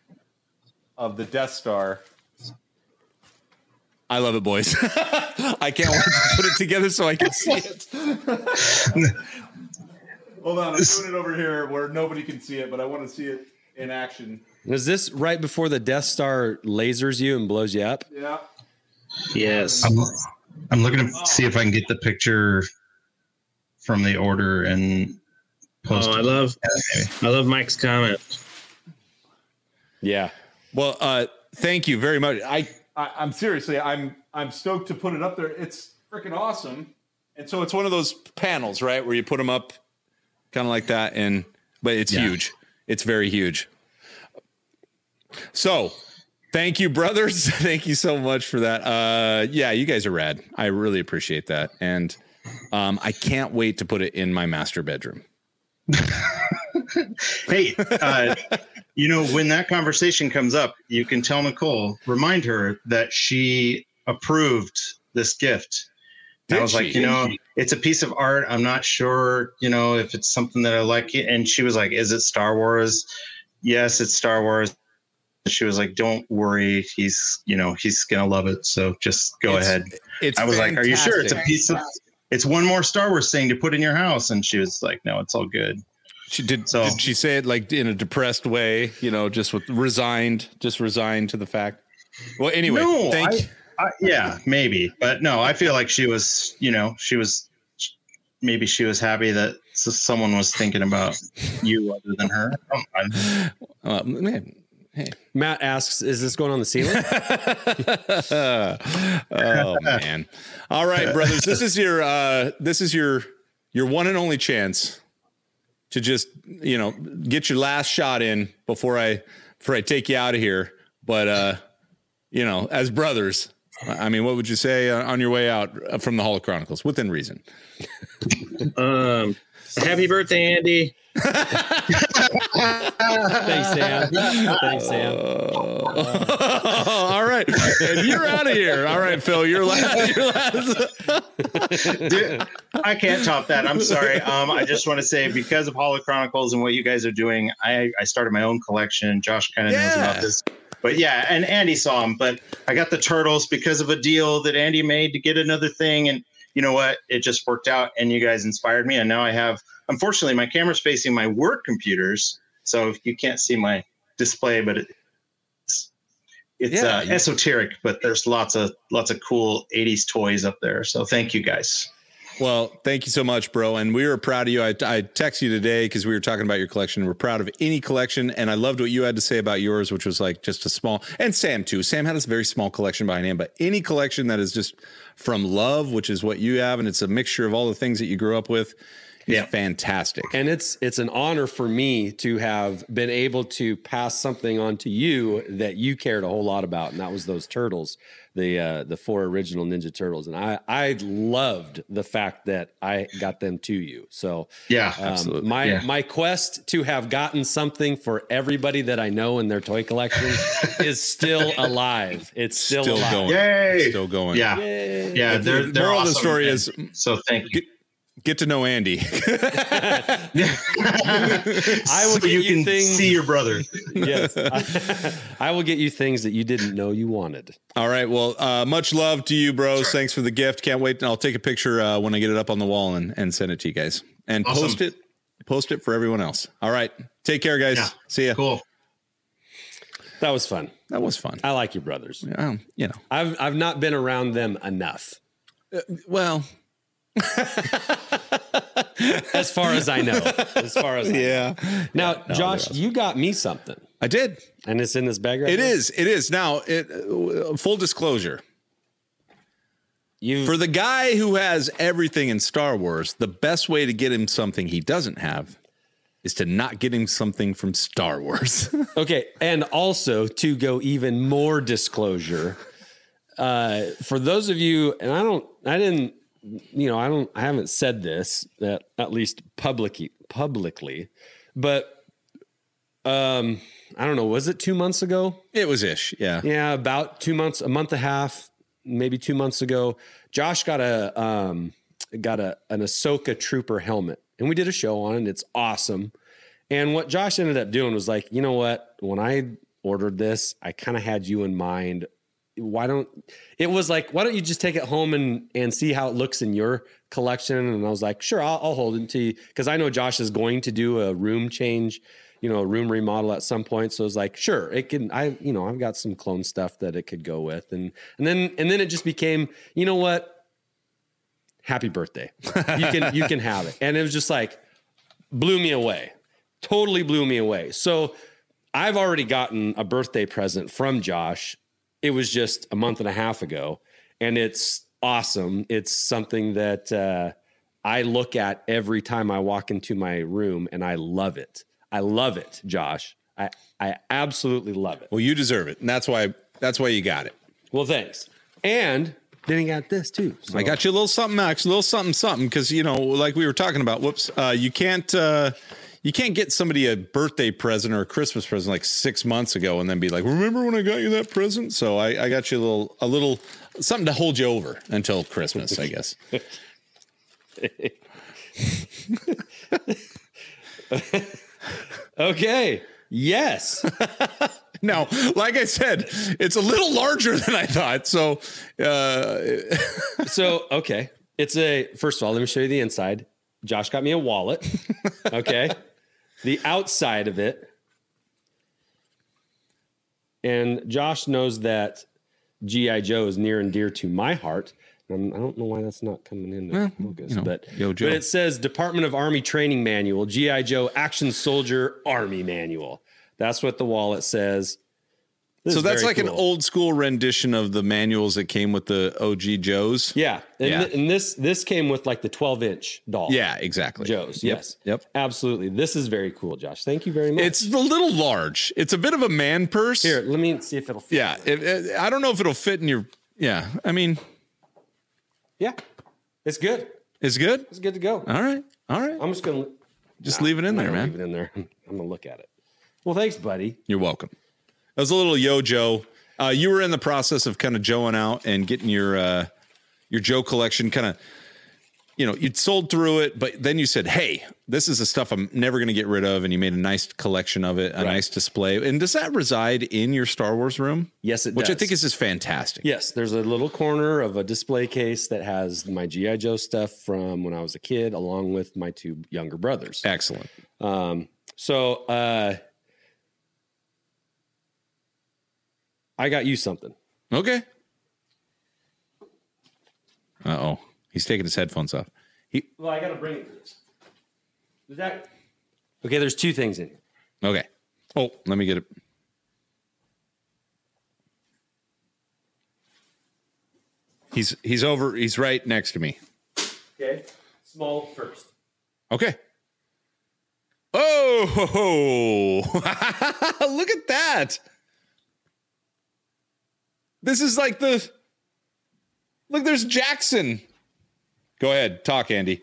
[SPEAKER 2] of the Death Star. I love it, boys. I can't wait to put it together so I can see it. Hold on, I'm doing it over here where nobody can see it, but I want to see it in action.
[SPEAKER 5] Is this right before the Death Star lasers you and blows you up?
[SPEAKER 2] Yeah.
[SPEAKER 4] Yes.
[SPEAKER 3] I'm, I'm looking to see if I can get the picture from the order and post
[SPEAKER 4] Oh, I
[SPEAKER 3] it.
[SPEAKER 4] love I love Mike's comment.
[SPEAKER 1] Yeah.
[SPEAKER 2] Well, uh, thank you very much. I, I I'm seriously, I'm I'm stoked to put it up there. It's freaking awesome. And so it's one of those panels, right, where you put them up, kind of like that, and but it's
[SPEAKER 3] Yeah.
[SPEAKER 2] huge. It's very huge. So, thank you, brothers. thank you so much for that. Uh, yeah, you guys are rad. I really appreciate that, and um, I can't wait to put it in my master bedroom.
[SPEAKER 3] Hey, uh, you know, when that conversation comes up, you can tell Nicole, remind her that she approved this gift. And I
[SPEAKER 2] Did
[SPEAKER 3] was like,
[SPEAKER 2] she?
[SPEAKER 3] you know, it's a piece of art. I'm not sure, you know, if it's something that I like. And she was like, is it Star Wars? Yes, it's Star Wars. She was like, don't worry. He's, you know, he's going to love it. So just go
[SPEAKER 2] It's-
[SPEAKER 3] ahead.
[SPEAKER 2] It's
[SPEAKER 3] I was like, are you sure it's a
[SPEAKER 2] fantastic.
[SPEAKER 3] piece of, it's one more Star Wars thing to put in your house? And she was like, no, it's all good.
[SPEAKER 2] She did.
[SPEAKER 3] So-
[SPEAKER 2] Did she say it like in a depressed way? You know, just with resigned, just resigned to the fact. Well, anyway,
[SPEAKER 3] No,
[SPEAKER 2] thank.
[SPEAKER 3] I- I, yeah, maybe, but no, I feel like she was, you know, she was, maybe she was happy that s- someone was thinking about you other than her. I don't know.
[SPEAKER 2] Uh, man.
[SPEAKER 1] Matt asks, "Is this going on the ceiling?"
[SPEAKER 2] oh man! All right, brothers, this is your uh, this is your your one and only chance to just you know get your last shot in before I before I take you out of here. But uh, you know, as brothers, I I mean, what would you say uh, on your way out from the Hall of Chronicles, within reason?
[SPEAKER 4] Um, happy birthday, Andy.
[SPEAKER 1] Thanks, Sam. Thanks, Sam.
[SPEAKER 2] Oh. all right, and you're out of here. All right, Phil, you're last. You're last.
[SPEAKER 3] Dude, I can't top that. I'm sorry. Um, I just want to say because of Hollow Chronicles and what you guys are doing, I, I started my own collection. Josh kind of knows
[SPEAKER 2] Yeah.
[SPEAKER 3] about this. But yeah, and Andy saw them, but I got the turtles because of a deal that Andy made to get another thing. And you know what? It just worked out and you guys inspired me. And now I have, unfortunately, my camera's facing my work computers. So you can't see my display, but it's, it's
[SPEAKER 2] Yeah,
[SPEAKER 3] uh,
[SPEAKER 2] you-
[SPEAKER 3] esoteric, but there's lots of lots of cool 80s toys up there. So thank you guys.
[SPEAKER 2] Well, thank you so much, bro. And we were proud of you. I, I texted you today because we were talking about your collection. We're proud of any collection. And I loved what you had to say about yours, which was like just a small, and Sam too. Sam had this very small collection behind him, but any collection that is just from love, which is what you have, and it's a mixture of all the things that you grew up with, is
[SPEAKER 3] Yeah.
[SPEAKER 2] fantastic.
[SPEAKER 1] And it's it's an honor for me to have been able to pass something on to you that you cared a whole lot about, and that was those turtles, the uh, the four original Ninja Turtles. And I I loved the fact that I got them to you. So
[SPEAKER 3] Yeah.
[SPEAKER 1] um,
[SPEAKER 2] Absolutely.
[SPEAKER 1] my
[SPEAKER 3] Yeah.
[SPEAKER 1] my quest to have gotten something for everybody that I know in their toy collection is still alive. It's still,
[SPEAKER 2] Still
[SPEAKER 1] alive.
[SPEAKER 2] going.
[SPEAKER 3] Yay!
[SPEAKER 2] Still going.
[SPEAKER 3] yeah,
[SPEAKER 1] Yay.
[SPEAKER 3] yeah. They're,
[SPEAKER 2] the
[SPEAKER 3] they're
[SPEAKER 2] moral of the
[SPEAKER 3] awesome.
[SPEAKER 2] story
[SPEAKER 3] And
[SPEAKER 2] is
[SPEAKER 3] so thank you.
[SPEAKER 2] get to know Andy.
[SPEAKER 3] I
[SPEAKER 1] will
[SPEAKER 3] so
[SPEAKER 1] get
[SPEAKER 3] you
[SPEAKER 1] you
[SPEAKER 3] can
[SPEAKER 1] things-
[SPEAKER 3] see your brother.
[SPEAKER 1] yes. I, will get you things that you didn't know you wanted.
[SPEAKER 2] All right. Well, uh, much love to you, bros. Thanks for the gift. Can't wait. I'll take a picture uh, when I get it up on the wall and, and send it to you guys and
[SPEAKER 3] Awesome.
[SPEAKER 2] post it. Post it for everyone else. All right. Take care, guys.
[SPEAKER 3] Yeah.
[SPEAKER 2] See ya.
[SPEAKER 3] Cool.
[SPEAKER 1] That was fun.
[SPEAKER 2] That was fun.
[SPEAKER 1] I like your brothers.
[SPEAKER 2] Um, you know.
[SPEAKER 1] I've I've not been around them enough,
[SPEAKER 2] Well.
[SPEAKER 1] as far as I know. As far as I know.
[SPEAKER 2] Yeah.
[SPEAKER 1] Now,
[SPEAKER 2] no,
[SPEAKER 1] Josh,
[SPEAKER 2] they're
[SPEAKER 1] you got me something,
[SPEAKER 2] I did.
[SPEAKER 1] and it's in this bag right
[SPEAKER 2] It
[SPEAKER 1] now?
[SPEAKER 2] is. It is. Now, it, uh, full disclosure.
[SPEAKER 1] You
[SPEAKER 2] For the guy who has everything in Star Wars, the best way to get him something he doesn't have is to not get him something from Star Wars.
[SPEAKER 1] Okay, and also to go even more disclosure, uh, for those of you, and I don't, I didn't, you know, I don't, I haven't said this that at least publicly, publicly, but um, I don't know, was it two months ago?
[SPEAKER 2] it was ish. Yeah.
[SPEAKER 1] Yeah, about two months, a month and a half, maybe two months ago, Josh got a um, got a an Ahsoka Trooper helmet, and we did a show on it. It's awesome. And what Josh ended up doing was like, you know what? When I ordered this, I kind of had you in mind. Why don't it was like, why don't you just take it home and and see how it looks in your collection? And I was like, sure, I'll, I'll hold it to you because I know Josh is going to do a room change, you know, a room remodel at some point. So I was like, sure, it can. I you know, I've got some clone stuff that it could go with, and and then and then it just became, you know what? Happy birthday. You can you can have it. And it was just like blew me away totally blew me away. So I've already gotten a birthday present from Josh. It was just a month and a half ago, and it's awesome. It's something that uh, I look at every time I walk into my room, and I love it. I love it, Josh. I I absolutely love it.
[SPEAKER 2] Well, you deserve it, and that's why that's why you got it.
[SPEAKER 1] Well, thanks. And then he got this too. So
[SPEAKER 2] I got you a little something, Max, a little something, something, because you know, like we were talking about. Whoops, uh, you can't uh, you can't get somebody a birthday present or a Christmas present like six months ago and then be like, "Remember when I got you that present?" So I, I got you a little a little something to hold you over until Christmas, I guess.
[SPEAKER 1] okay. Yes.
[SPEAKER 2] Now, like I said, it's a little larger than I thought. So, uh,
[SPEAKER 1] so okay it's a first of all let me show you the inside josh got me a wallet okay the outside of it and josh knows that gi joe is near and dear to my heart And i don't know why that's not coming into focus
[SPEAKER 2] you know,
[SPEAKER 1] but
[SPEAKER 2] Yo, Joe.
[SPEAKER 1] but it says department of army training manual gi joe action soldier army manual that's what the wallet says This
[SPEAKER 2] so
[SPEAKER 1] is
[SPEAKER 2] that's
[SPEAKER 1] very
[SPEAKER 2] like an
[SPEAKER 1] cool.
[SPEAKER 2] old school rendition of the manuals that came with the OG Joes.
[SPEAKER 1] yeah and,
[SPEAKER 2] Yeah.
[SPEAKER 1] th- and this this came with like the 12 inch doll
[SPEAKER 2] Yeah, exactly.
[SPEAKER 1] Joe's.
[SPEAKER 2] Yep,
[SPEAKER 1] Yes.
[SPEAKER 2] Yep.
[SPEAKER 1] Absolutely. This is very cool, Josh. Thank you very much.
[SPEAKER 2] It's a little large. It's a bit of a man purse.
[SPEAKER 1] here. Let me see if it'll fit.
[SPEAKER 2] Yeah. It, it- I don't know if it'll fit in your. Yeah. I mean,
[SPEAKER 1] Yeah. It's good.
[SPEAKER 2] it's good.
[SPEAKER 1] It's good to go.
[SPEAKER 2] All right. All right.
[SPEAKER 1] I'm just gonna
[SPEAKER 2] Just leave it in
[SPEAKER 1] I'm
[SPEAKER 2] there,
[SPEAKER 1] gonna
[SPEAKER 2] man.
[SPEAKER 1] Leave it in there. I'm gonna look at it. Well, thanks, buddy.
[SPEAKER 2] You're welcome. That was a little yo Joe. Uh, you were in the process of kind of joeing out and getting your uh, your Joe collection kind of. You know, you'd sold through it, but then you said, "Hey, this is the stuff I'm never going to get rid of," and you made a nice collection of it, a nice display. And does that reside in your Star Wars room?
[SPEAKER 1] Yes, it
[SPEAKER 2] which I
[SPEAKER 1] does.
[SPEAKER 2] think is just fantastic.
[SPEAKER 1] Yes, there's a little corner of a display case that has my GI Joe stuff from when I was a kid, along with my two younger brothers.
[SPEAKER 2] excellent.
[SPEAKER 1] Um, so uh, I got you something.
[SPEAKER 2] Okay. Uh oh, he's taking his headphones off. He
[SPEAKER 1] Well, I gotta bring it to this. Is that okay? There's two things in here.
[SPEAKER 2] okay. Oh, let me get it. He's he's over. He's right next to me.
[SPEAKER 1] Okay. Small first.
[SPEAKER 2] Okay. Oh, ho, ho. Oh, look at that! This is like the look. There's Jackson. Go ahead, talk, Andy.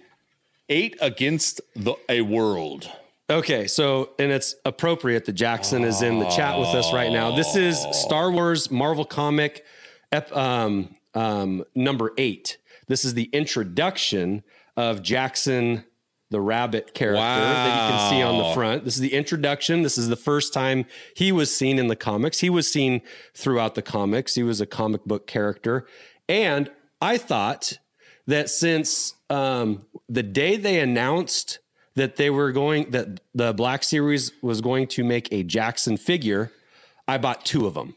[SPEAKER 2] Eight against the a world.
[SPEAKER 1] Okay, so and it's appropriate that Jackson is in the chat with us right now. This is Star Wars Marvel comic ep, um, um, number eight. This is the introduction of Jackson the rabbit character that you can see on the
[SPEAKER 2] Wow.
[SPEAKER 1] front. This is the introduction. This is the first time he was seen in the comics. He was seen throughout the comics. He was a comic book character. And I thought that since um, the day they announced that they were going that the Black Series was going to make a Jackson figure, I bought two of them.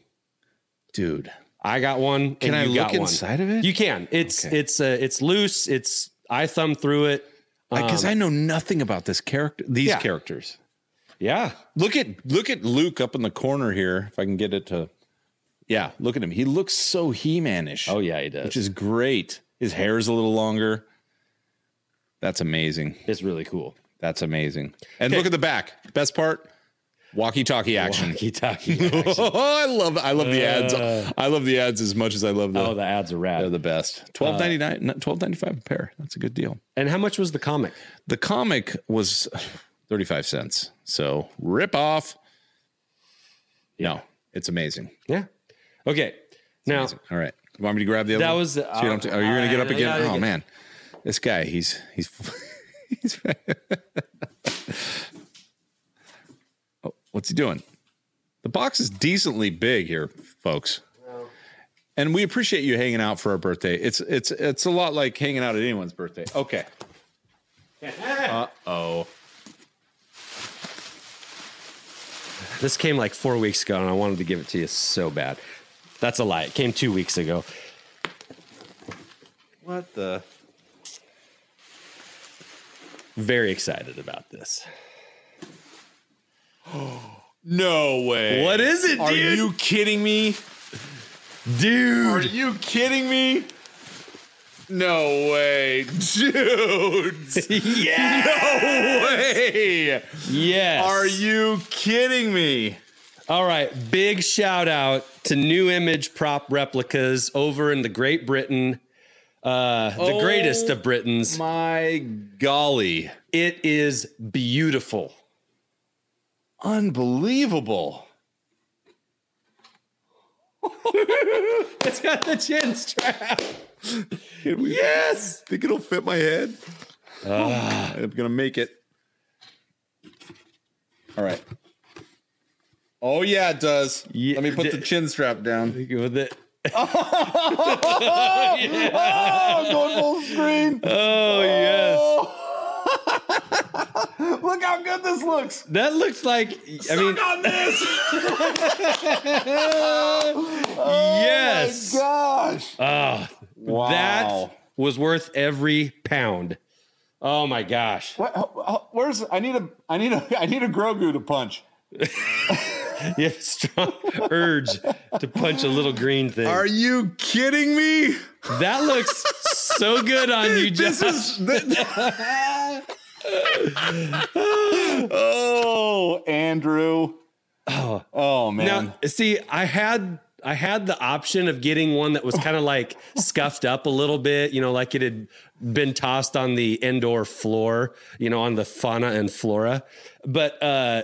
[SPEAKER 2] Dude,
[SPEAKER 1] I got one.
[SPEAKER 2] Can
[SPEAKER 1] and
[SPEAKER 2] I
[SPEAKER 1] you got
[SPEAKER 2] look
[SPEAKER 1] one.
[SPEAKER 2] inside of it?
[SPEAKER 1] You can. It's
[SPEAKER 2] Okay.
[SPEAKER 1] it's uh, it's loose. It's I thumb through it.
[SPEAKER 2] because
[SPEAKER 1] Um,
[SPEAKER 2] I know nothing about this character. These
[SPEAKER 1] Yeah.
[SPEAKER 2] characters.
[SPEAKER 1] yeah.
[SPEAKER 2] Look at look at Luke up in the corner here. If I can get it to, yeah, look at him. He looks so He-Man-ish,
[SPEAKER 1] Oh yeah, it does.
[SPEAKER 2] which is great. His hair is a little longer. That's amazing.
[SPEAKER 1] it's really cool.
[SPEAKER 2] That's amazing. And
[SPEAKER 1] Okay.
[SPEAKER 2] look at the back. Best part, walkie-talkie action.
[SPEAKER 1] Walkie-talkie.
[SPEAKER 2] oh, I love I love the ads. I love the ads as much as I love Uh, the.
[SPEAKER 1] oh, the ads are
[SPEAKER 2] they're
[SPEAKER 1] rad.
[SPEAKER 2] the best. Twelve ninety nine, twelve ninety five a pair. That's a good deal.
[SPEAKER 1] And how much was the comic?
[SPEAKER 2] The comic was thirty five cents. So rip off. No, it's amazing.
[SPEAKER 1] Yeah. Okay. Now
[SPEAKER 2] Amazing. all right. You want me to grab the other?
[SPEAKER 1] that
[SPEAKER 2] one?
[SPEAKER 1] was. uh,
[SPEAKER 2] So you don't have to- oh, you're gonna get up
[SPEAKER 1] Yeah,
[SPEAKER 2] again.
[SPEAKER 1] yeah,
[SPEAKER 2] oh
[SPEAKER 1] yeah.
[SPEAKER 2] man, this guy. He's he's he's. oh, what's he doing? The box is decently big here, folks. And we appreciate you hanging out for our birthday. It's it's it's a lot like hanging out at anyone's birthday. Okay. uh oh.
[SPEAKER 1] This came like four weeks ago, and I wanted to give it to you so bad. That's a lie. It came two weeks ago.
[SPEAKER 2] What the?
[SPEAKER 1] Very excited about this.
[SPEAKER 2] No way.
[SPEAKER 5] What is it,
[SPEAKER 2] Are
[SPEAKER 5] dude?
[SPEAKER 2] you kidding me? Are
[SPEAKER 5] dude?
[SPEAKER 2] you kidding me? No way, dude.
[SPEAKER 5] yeah.
[SPEAKER 2] No way.
[SPEAKER 5] Yes.
[SPEAKER 2] Are you kidding me?
[SPEAKER 5] All right, big shout out to New Image Prop Replicas over in the Great Britain, uh, the
[SPEAKER 2] Oh
[SPEAKER 5] greatest of Britons.
[SPEAKER 2] My golly.
[SPEAKER 5] It is beautiful.
[SPEAKER 2] Unbelievable.
[SPEAKER 5] It's got the chin strap.
[SPEAKER 2] Yes. Ah. Think it'll fit my head? I'm going to make it. All right. Oh, yeah, it does.
[SPEAKER 5] Ye-
[SPEAKER 2] Let me put the
[SPEAKER 5] d-
[SPEAKER 2] chin strap down.
[SPEAKER 5] With it.
[SPEAKER 2] Oh, I'm going full screen.
[SPEAKER 5] Oh yes,
[SPEAKER 2] Look how good this looks.
[SPEAKER 5] that looks like. I mean,
[SPEAKER 2] Suck on this. Oh
[SPEAKER 5] yes.
[SPEAKER 2] my gosh.
[SPEAKER 5] Ah,
[SPEAKER 2] Wow.
[SPEAKER 5] that was worth every pound. Oh my gosh.
[SPEAKER 2] What, how- how- where's I need a I need a I need a Grogu to punch.
[SPEAKER 5] You have a strong urge to punch a little green thing.
[SPEAKER 2] you kidding me?
[SPEAKER 5] That looks so good on you, Josh.
[SPEAKER 2] oh, Andrew.
[SPEAKER 5] Oh.
[SPEAKER 2] Oh
[SPEAKER 5] Now, see, I had I had the option of getting one that was kind of like scuffed up a little bit, you know, like it had been tossed on the indoor floor, you know, on the fauna and flora. But uh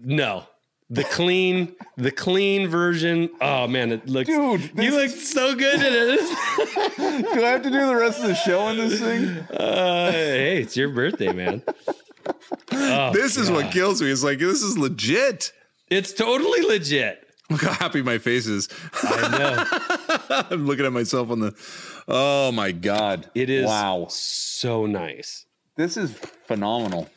[SPEAKER 5] no. The clean, the clean version. Oh man, it looks
[SPEAKER 2] Dude, this
[SPEAKER 5] you look so good in it.
[SPEAKER 2] do I have to do the rest of the show in this thing?
[SPEAKER 5] Uh, hey, it's your birthday, man. Oh,
[SPEAKER 6] This is what kills me. It's like this is legit.
[SPEAKER 5] it's totally legit.
[SPEAKER 6] Look how happy my face is.
[SPEAKER 5] I know.
[SPEAKER 6] I'm looking at myself on the. Oh my god!
[SPEAKER 5] It is
[SPEAKER 2] Wow.
[SPEAKER 5] so nice.
[SPEAKER 2] This is phenomenal.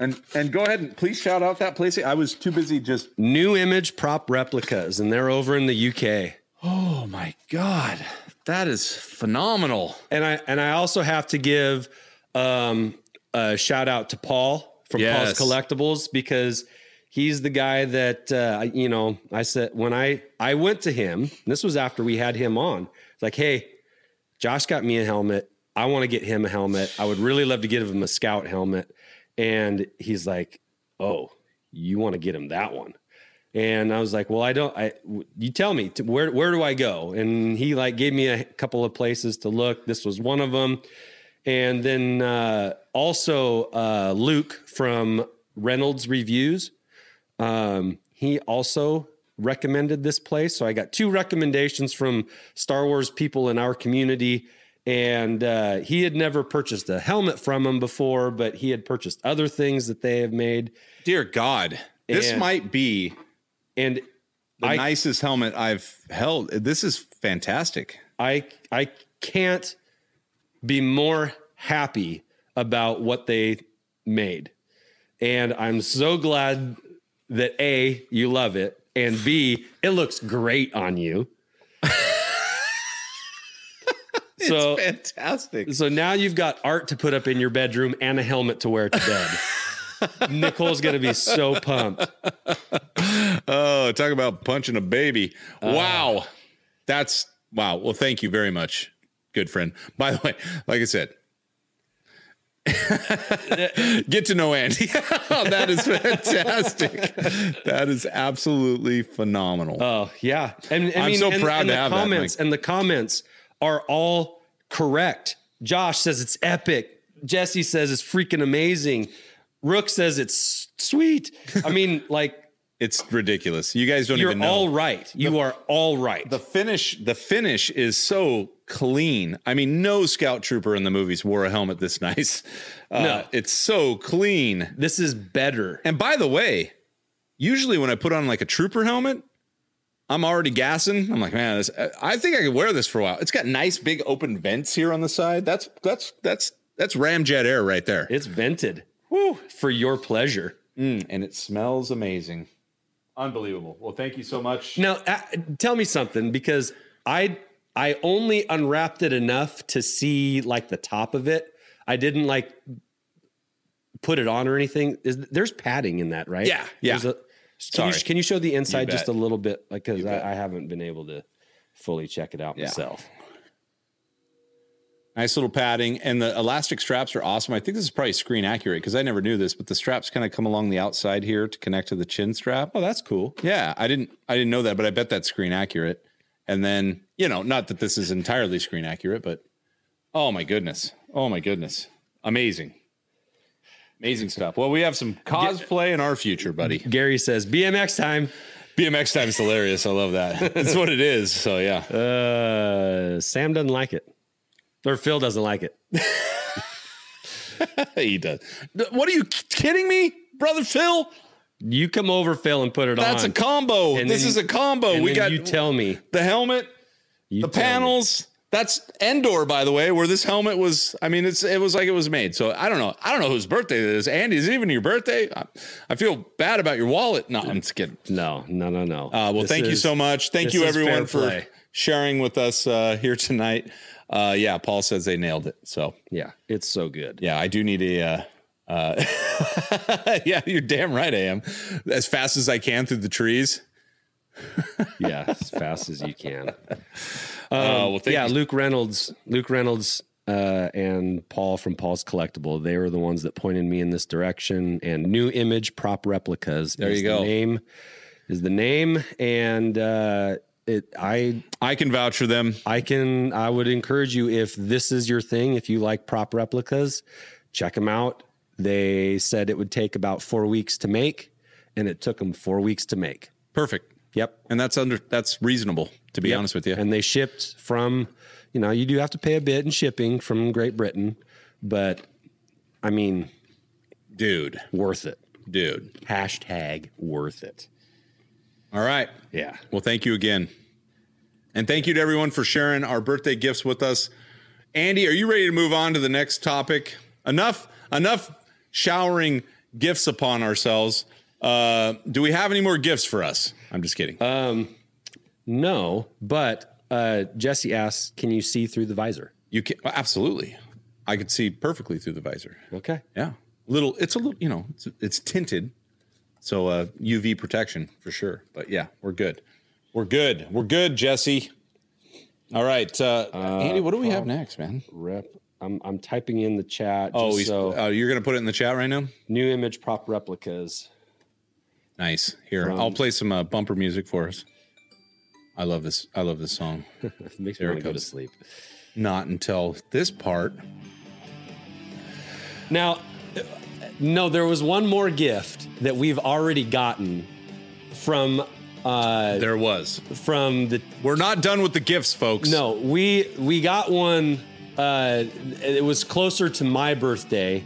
[SPEAKER 2] And and go ahead and please shout out that place. I was too busy just.
[SPEAKER 5] New image prop replicas, and they're over in the UK.
[SPEAKER 6] Oh my god! That is phenomenal.
[SPEAKER 5] And I and I also have to give um, a shout out to Paul from
[SPEAKER 6] Yes.
[SPEAKER 5] Paul's Collectibles because he's the guy that uh, I- you know. I said when I I went to him. This was after we had him on. It's like, hey, Josh got me a helmet. I want to get him a helmet. I would really love to give him a scout helmet. And he's like, oh, you want to get him that one? And I was like, well, I don't, I, w- you tell me to, where, where do I go? And he like gave me a couple of places to look. This was one of them. And then uh, also uh, Luke from Reynolds Reviews. Um, he also recommended this place. So I got two recommendations from Star Wars people in our community. And uh, he had never purchased a helmet from him before, but he had purchased other things that they have made.
[SPEAKER 2] Dear God, this
[SPEAKER 5] And-
[SPEAKER 2] might be
[SPEAKER 5] And
[SPEAKER 2] the
[SPEAKER 5] I-
[SPEAKER 2] nicest helmet I've held. This is fantastic.
[SPEAKER 5] I I can't be more happy about what they made. And I'm so glad that A, you love it, and B, it looks great on you. so
[SPEAKER 2] fantastic.
[SPEAKER 5] so now you've got art to put up in your bedroom and a helmet to wear to bed. Nicole's gonna be so pumped.
[SPEAKER 2] Oh, talk about punching a baby.
[SPEAKER 5] Oh.
[SPEAKER 2] wow. That's wow. Well, thank you very much, good friend. By the way, like I said, get to know Andy. Oh, that is fantastic. that is absolutely phenomenal.
[SPEAKER 5] Oh yeah, and, and
[SPEAKER 2] I'm
[SPEAKER 5] I mean,
[SPEAKER 2] so
[SPEAKER 5] and,
[SPEAKER 2] proud
[SPEAKER 5] and
[SPEAKER 2] to
[SPEAKER 5] the
[SPEAKER 2] have that,
[SPEAKER 5] comments, and the comments are all correct. Josh says it's epic. Jesse says it's freaking amazing. Rook says it's sweet. I mean, like
[SPEAKER 2] it's ridiculous. You guys don't
[SPEAKER 5] you're
[SPEAKER 2] even know.
[SPEAKER 5] all right. You are all right.
[SPEAKER 2] the finish the finish is so clean i mean no scout trooper in the movies wore a helmet this nice uh,
[SPEAKER 5] No.
[SPEAKER 2] it's so clean
[SPEAKER 5] this is better.
[SPEAKER 2] and by the way usually when i put on like a trooper helmet i'm already gassing i'm like man this, I- i think i could wear this for a while it's got nice big open vents here on the side that's that's that's that's ramjet air right there
[SPEAKER 5] It's vented for your pleasure.
[SPEAKER 2] Mm, and it smells amazing unbelievable well thank you so much
[SPEAKER 5] Now, uh, tell me something because I I only unwrapped it enough to see like the top of it. I didn't like put it on or anything. Is there's padding in that, right?
[SPEAKER 2] Yeah, yeah.
[SPEAKER 5] There's a- Can you,
[SPEAKER 2] Sorry.
[SPEAKER 5] can you show the inside just a
[SPEAKER 2] bet.
[SPEAKER 5] little bit? Like, because
[SPEAKER 2] You
[SPEAKER 5] I,
[SPEAKER 2] bet.
[SPEAKER 5] I haven't been able to fully check it out
[SPEAKER 2] Yeah.
[SPEAKER 5] myself.
[SPEAKER 2] Nice little padding, and the elastic straps are awesome. I think this is probably screen accurate because I never knew this, but the straps kind of come along the outside here to connect to the chin strap.
[SPEAKER 5] Oh, that's cool.
[SPEAKER 2] Yeah, I didn't I didn't know that, but I bet that's screen accurate. And then, you know, not that this is entirely screen accurate, but oh my goodness. Oh my goodness. Amazing. Amazing stuff. Well, we have some cosplay in our future, buddy.
[SPEAKER 5] Gary says BMX time.
[SPEAKER 2] BMX time's hilarious. I love that. It's what it is. So yeah.
[SPEAKER 5] Uh, Sam doesn't like it, or Phil doesn't like it.
[SPEAKER 2] he does. What are you kidding me? Brother Phil?
[SPEAKER 5] You come over, Phil, and put it
[SPEAKER 2] That's
[SPEAKER 5] on.
[SPEAKER 2] a combo.
[SPEAKER 5] And
[SPEAKER 2] this
[SPEAKER 5] then-
[SPEAKER 2] is a combo.
[SPEAKER 5] and
[SPEAKER 2] We
[SPEAKER 5] then
[SPEAKER 2] got
[SPEAKER 5] you tell me
[SPEAKER 2] the helmet,
[SPEAKER 5] you
[SPEAKER 2] the
[SPEAKER 5] tell me.
[SPEAKER 2] panels. That's Endor, by the way, where this helmet was. I mean, it's it was like it was made. So I don't know. I don't know whose birthday it is. Andy, is it even your birthday? I, I feel bad about your wallet. No, I'm just kidding.
[SPEAKER 5] No, no, no, no.
[SPEAKER 2] Uh, well,
[SPEAKER 5] This
[SPEAKER 2] thank you
[SPEAKER 5] is-
[SPEAKER 2] so much. Thank
[SPEAKER 5] this
[SPEAKER 2] you,
[SPEAKER 5] is
[SPEAKER 2] everyone,
[SPEAKER 5] fair
[SPEAKER 2] for
[SPEAKER 5] play.
[SPEAKER 2] sharing with us uh, here tonight. Uh, yeah, Paul says they nailed it. So
[SPEAKER 5] Yeah, it's so good.
[SPEAKER 2] yeah, I do need a. Uh, uh, yeah, you're damn right. I am as fast as I can through the trees.
[SPEAKER 5] yeah, as fast as you can. Um,
[SPEAKER 2] Uh, well, thank
[SPEAKER 5] yeah,
[SPEAKER 2] you.
[SPEAKER 5] Luke Reynolds, Luke Reynolds, uh, and Paul from Paul's Collectible. They were the ones that pointed me in this direction. And new image prop replicas.
[SPEAKER 2] There
[SPEAKER 5] is
[SPEAKER 2] you
[SPEAKER 5] the
[SPEAKER 2] go.
[SPEAKER 5] Name is the name, and uh, it. I
[SPEAKER 2] I can vouch for them.
[SPEAKER 5] I can. I would encourage you if this is your thing. If you like prop replicas, check them out. They said it would take about four weeks to make, and it took them four weeks to make.
[SPEAKER 2] Perfect,
[SPEAKER 5] Yep.
[SPEAKER 2] and that's under that's reasonable. To be
[SPEAKER 5] Yep.
[SPEAKER 2] honest with you,
[SPEAKER 5] And they shipped from, you know, you do have to pay a bit in shipping from Great Britain, but I mean,
[SPEAKER 2] dude.
[SPEAKER 5] worth it.
[SPEAKER 2] dude.
[SPEAKER 5] Hashtag worth it.
[SPEAKER 2] All right.
[SPEAKER 5] Yeah.
[SPEAKER 2] Well, thank you again. And thank you to everyone for sharing our birthday gifts with us. Andy, are you ready to move on to the next topic? Enough, enough showering gifts upon ourselves. Uh, do we have any more gifts for us? I'm just kidding.
[SPEAKER 5] No, but uh, Jesse asks, can you see through the visor?
[SPEAKER 2] you can absolutely. I could see perfectly through the visor.
[SPEAKER 5] Okay.
[SPEAKER 2] Yeah, little. It's a little. You know, it's, it's tinted, so uh, UV protection for sure. But yeah, we're good. We're good. We're good, Jesse. All right, uh, Andy. What do we have next, man?
[SPEAKER 5] Rep. I'm, I'm typing in the chat. Just
[SPEAKER 2] Oh, he's,
[SPEAKER 5] so
[SPEAKER 2] uh, you're gonna put it in the chat right now.
[SPEAKER 5] new image prop replicas.
[SPEAKER 2] Nice. Here, I'll play some uh, bumper music for us. I love this. I love this song.
[SPEAKER 5] It makes
[SPEAKER 2] There
[SPEAKER 5] me
[SPEAKER 2] it
[SPEAKER 5] want to go to
[SPEAKER 2] comes.
[SPEAKER 5] sleep.
[SPEAKER 2] Not until this part.
[SPEAKER 5] Now, uh, no, there was one more gift that we've already gotten from uh,
[SPEAKER 2] There was.
[SPEAKER 5] from the
[SPEAKER 2] We're not done with the gifts, folks.
[SPEAKER 5] No, we we got one. Uh, it was closer to my birthday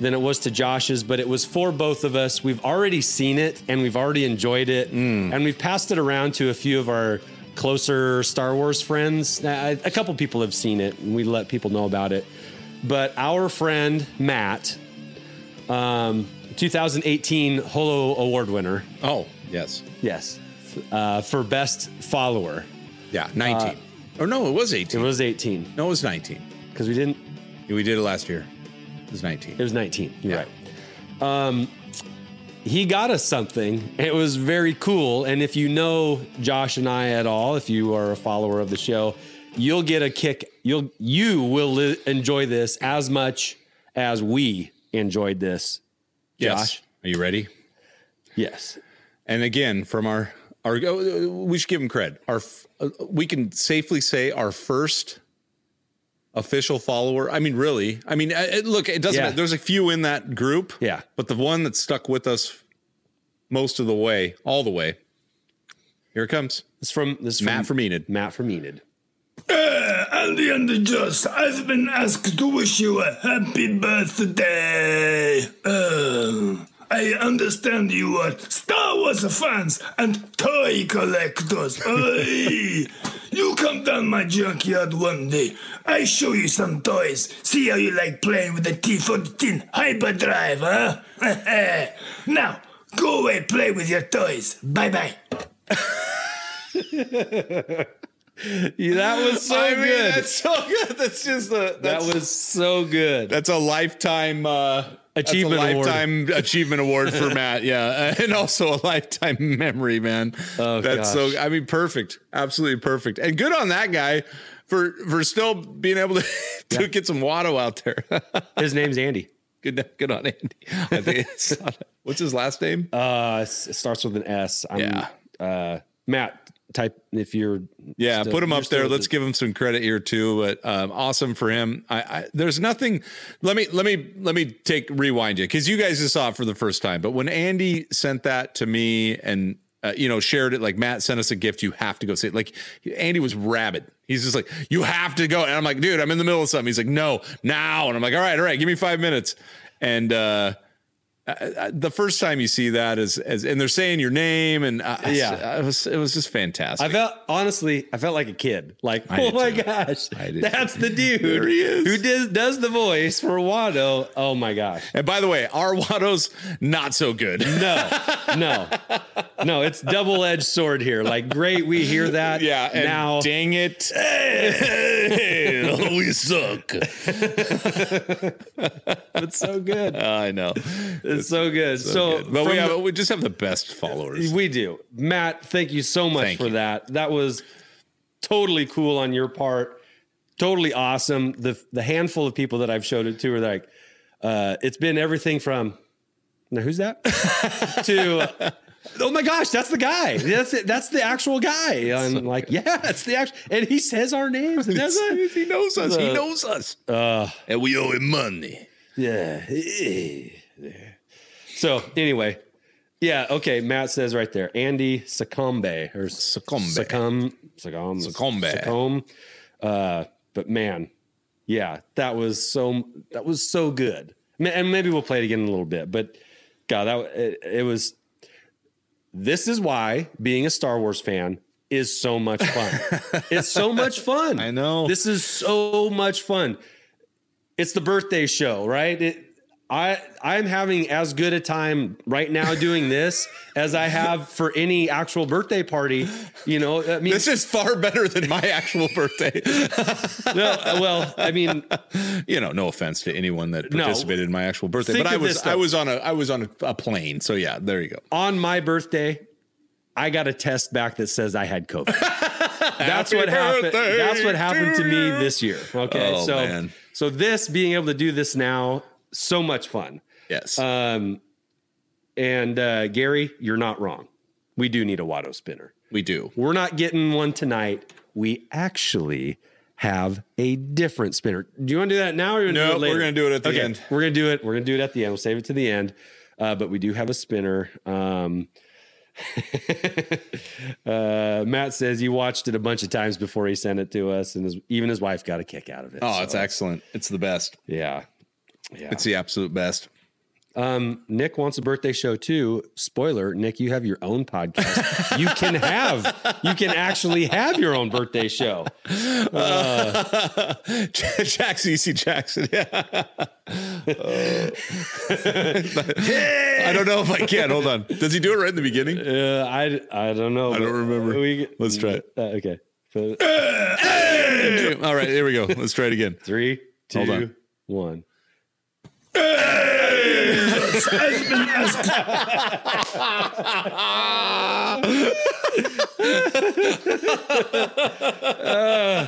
[SPEAKER 5] than it was to Josh's, but it was for both of us. We've already seen it and we've already enjoyed it, and we've passed it around to a few of our closer Star Wars friends. Uh, A couple people have seen it, and we let people know about it. But our friend Matt, um, 2018 Holo Award winner,
[SPEAKER 2] Oh, yes.
[SPEAKER 5] yes, uh, for best follower.
[SPEAKER 2] Yeah, 19. or no, it was 18.
[SPEAKER 5] Uh, It was 18
[SPEAKER 2] no, it was 19.
[SPEAKER 5] because we didn't
[SPEAKER 2] We did it last year. It was 19.
[SPEAKER 5] It was 19. You're
[SPEAKER 2] Yeah.
[SPEAKER 5] right. Um, he got us something. It was very cool. And if you know Josh and I at all, if you are a follower of the show, you'll get a kick. You'll you will li- enjoy this as much as we enjoyed this. Josh?
[SPEAKER 2] Are you ready?
[SPEAKER 5] Yes.
[SPEAKER 2] And again, from our our uh, we should give him cred. Our f- uh, we can safely say our first official follower. I mean, really. I mean, uh, it- look, it doesn't.
[SPEAKER 5] Yeah.
[SPEAKER 2] matter. There's a few in that group.
[SPEAKER 5] Yeah.
[SPEAKER 2] But the one that stuck with us most of the way, all the way. Here it comes.
[SPEAKER 5] This from this is from
[SPEAKER 2] Matt from Enid.
[SPEAKER 5] Matt from Enid.
[SPEAKER 7] Andy Uh, and the Just, I've been asked to wish you a happy birthday. Uh, I understand you are Star Wars fans and toy collectors. Oi! you come down my junkyard one day. I show you some toys. See how you like playing with the T14 hyperdrive, huh? now, go away, play with your toys. Bye bye.
[SPEAKER 5] that was so
[SPEAKER 2] I mean,
[SPEAKER 5] good.
[SPEAKER 2] That's so good. That's just the. That's,
[SPEAKER 5] that was so good.
[SPEAKER 2] that's a lifetime. uh
[SPEAKER 5] achievement
[SPEAKER 2] That's a
[SPEAKER 5] award.
[SPEAKER 2] lifetime achievement award for Matt. Yeah, and also a lifetime memory, man.
[SPEAKER 5] Oh,
[SPEAKER 2] that's
[SPEAKER 5] gosh.
[SPEAKER 2] so. I mean, perfect, absolutely perfect, and good on that guy for for still being able to, to get some Watto out there.
[SPEAKER 5] His name's Andy.
[SPEAKER 2] good, good on Andy. I think it's not- what's his last name?
[SPEAKER 5] Uh, s- it starts with an S. I'm,
[SPEAKER 2] Yeah.
[SPEAKER 5] Uh, Matt, type if you're.
[SPEAKER 2] Yeah,
[SPEAKER 5] still-
[SPEAKER 2] put him
[SPEAKER 5] you're
[SPEAKER 2] up
[SPEAKER 5] still
[SPEAKER 2] there.
[SPEAKER 5] with
[SPEAKER 2] Let's
[SPEAKER 5] it.
[SPEAKER 2] give him some credit here too. But um, awesome for him. I, I there's nothing. Let me let me let me take rewind you because you guys just saw it for the first time. But when Andy sent that to me and uh, you know shared it, like Matt sent us a gift. You have to go see it. Like Andy was rabid. He's just like, you have to go. And I'm like, dude, I'm in the middle of something. He's like, no, now. And I'm like, all right, all right, give me five minutes. And uh, the first time you see that is, is and they're saying your name and uh,
[SPEAKER 5] Yeah.
[SPEAKER 2] it was it was just fantastic.
[SPEAKER 5] I felt honestly, I felt like a kid. Like,
[SPEAKER 2] I
[SPEAKER 5] oh
[SPEAKER 2] did
[SPEAKER 5] my
[SPEAKER 2] too.
[SPEAKER 5] gosh,
[SPEAKER 2] I did
[SPEAKER 5] that's the dude
[SPEAKER 2] There he is.
[SPEAKER 5] who does does the voice for Wado. Oh my gosh,
[SPEAKER 2] And by the way, our Watto's not so good.
[SPEAKER 5] no, no, no. It's double edged sword here. Like, great, we hear that.
[SPEAKER 2] yeah. And
[SPEAKER 5] now
[SPEAKER 2] dang it. we suck.
[SPEAKER 5] it's so good.
[SPEAKER 2] I know.
[SPEAKER 5] It's so good. So,
[SPEAKER 2] Good. But we
[SPEAKER 5] from
[SPEAKER 2] have
[SPEAKER 5] the-
[SPEAKER 2] we just have the best followers.
[SPEAKER 5] We do. Matt, thank you so much
[SPEAKER 2] Thank
[SPEAKER 5] for
[SPEAKER 2] you.
[SPEAKER 5] that. That was totally cool on your part. Totally awesome. The the handful of people that I've showed it to are like, uh, it's been everything from now who's that? to Oh my gosh, that's the guy. That's it. That's the actual guy. And I'm like, yeah, it's the actual. And he says our names. And that's it.
[SPEAKER 2] he knows us.
[SPEAKER 5] The-
[SPEAKER 2] he knows us.
[SPEAKER 5] Uh,
[SPEAKER 2] And we owe him money.
[SPEAKER 5] yeah. So anyway, yeah. Okay. Matt says right there, Andy Sakombe or
[SPEAKER 2] Succumbe.
[SPEAKER 5] Succumb. Succumb.
[SPEAKER 2] Succumbe.
[SPEAKER 5] Succumb. Uh, but man, yeah, that was so that was so good. Ma- And maybe we'll play it again in a little bit. But God, that it, it was. This is why being a Star Wars fan is so much fun. it's so much fun.
[SPEAKER 2] I know.
[SPEAKER 5] This is so much fun. It's the birthday show, right? It, I I'm having as good a time right now doing this as I have for any actual birthday party. You know, I mean,
[SPEAKER 2] This is far better than my actual birthday.
[SPEAKER 5] no, well, I mean,
[SPEAKER 2] you know, no offense to anyone that
[SPEAKER 5] No.
[SPEAKER 2] participated in my actual birthday,
[SPEAKER 5] Think
[SPEAKER 2] but I
[SPEAKER 5] of
[SPEAKER 2] was
[SPEAKER 5] this,
[SPEAKER 2] I
[SPEAKER 5] though. Uh,
[SPEAKER 2] was on a I was on a, a plane. So yeah, there you go.
[SPEAKER 5] on my birthday, I got a test back that says I had COVID. That's
[SPEAKER 2] Happy
[SPEAKER 5] what happened.
[SPEAKER 2] birthday
[SPEAKER 5] That's what happened to
[SPEAKER 2] to
[SPEAKER 5] me
[SPEAKER 2] you.
[SPEAKER 5] this year. Okay,
[SPEAKER 2] Oh,
[SPEAKER 5] so
[SPEAKER 2] man.
[SPEAKER 5] so this being able to do this now, so much fun.
[SPEAKER 2] Yes.
[SPEAKER 5] Um, and uh, Gary, you're not wrong. We do need a Watto spinner.
[SPEAKER 2] we do.
[SPEAKER 5] We're not getting one tonight. We actually have a different spinner. Do you want to do that now or you want to do
[SPEAKER 2] No,
[SPEAKER 5] it later?
[SPEAKER 2] we're gonna do it at the
[SPEAKER 5] okay,
[SPEAKER 2] end.
[SPEAKER 5] We're gonna do it. We're gonna do it at the end. We'll save it to the end. Uh, but we do have a spinner. Um, uh, Matt says he watched it a bunch of times before he sent it to us, and his, even his wife got a kick out of it.
[SPEAKER 2] Oh,
[SPEAKER 5] So,
[SPEAKER 2] it's excellent. It's the best.
[SPEAKER 5] yeah, yeah.
[SPEAKER 2] It's the absolute best.
[SPEAKER 5] Um, Nick wants a birthday show too. Spoiler, Nick, you have your own podcast. you can have, you can actually have your own birthday show.
[SPEAKER 2] Uh, Jackson, you see Jackson. Uh, Yeah. I don't know if I can. Hold on. Does he do it right in the beginning?
[SPEAKER 5] Uh, I, I don't know.
[SPEAKER 2] I don't remember. Let's try it.
[SPEAKER 5] Uh, okay. So,
[SPEAKER 2] All right, here we go. Let's try it again.
[SPEAKER 5] three, two,
[SPEAKER 2] Hold on.
[SPEAKER 5] one.
[SPEAKER 2] All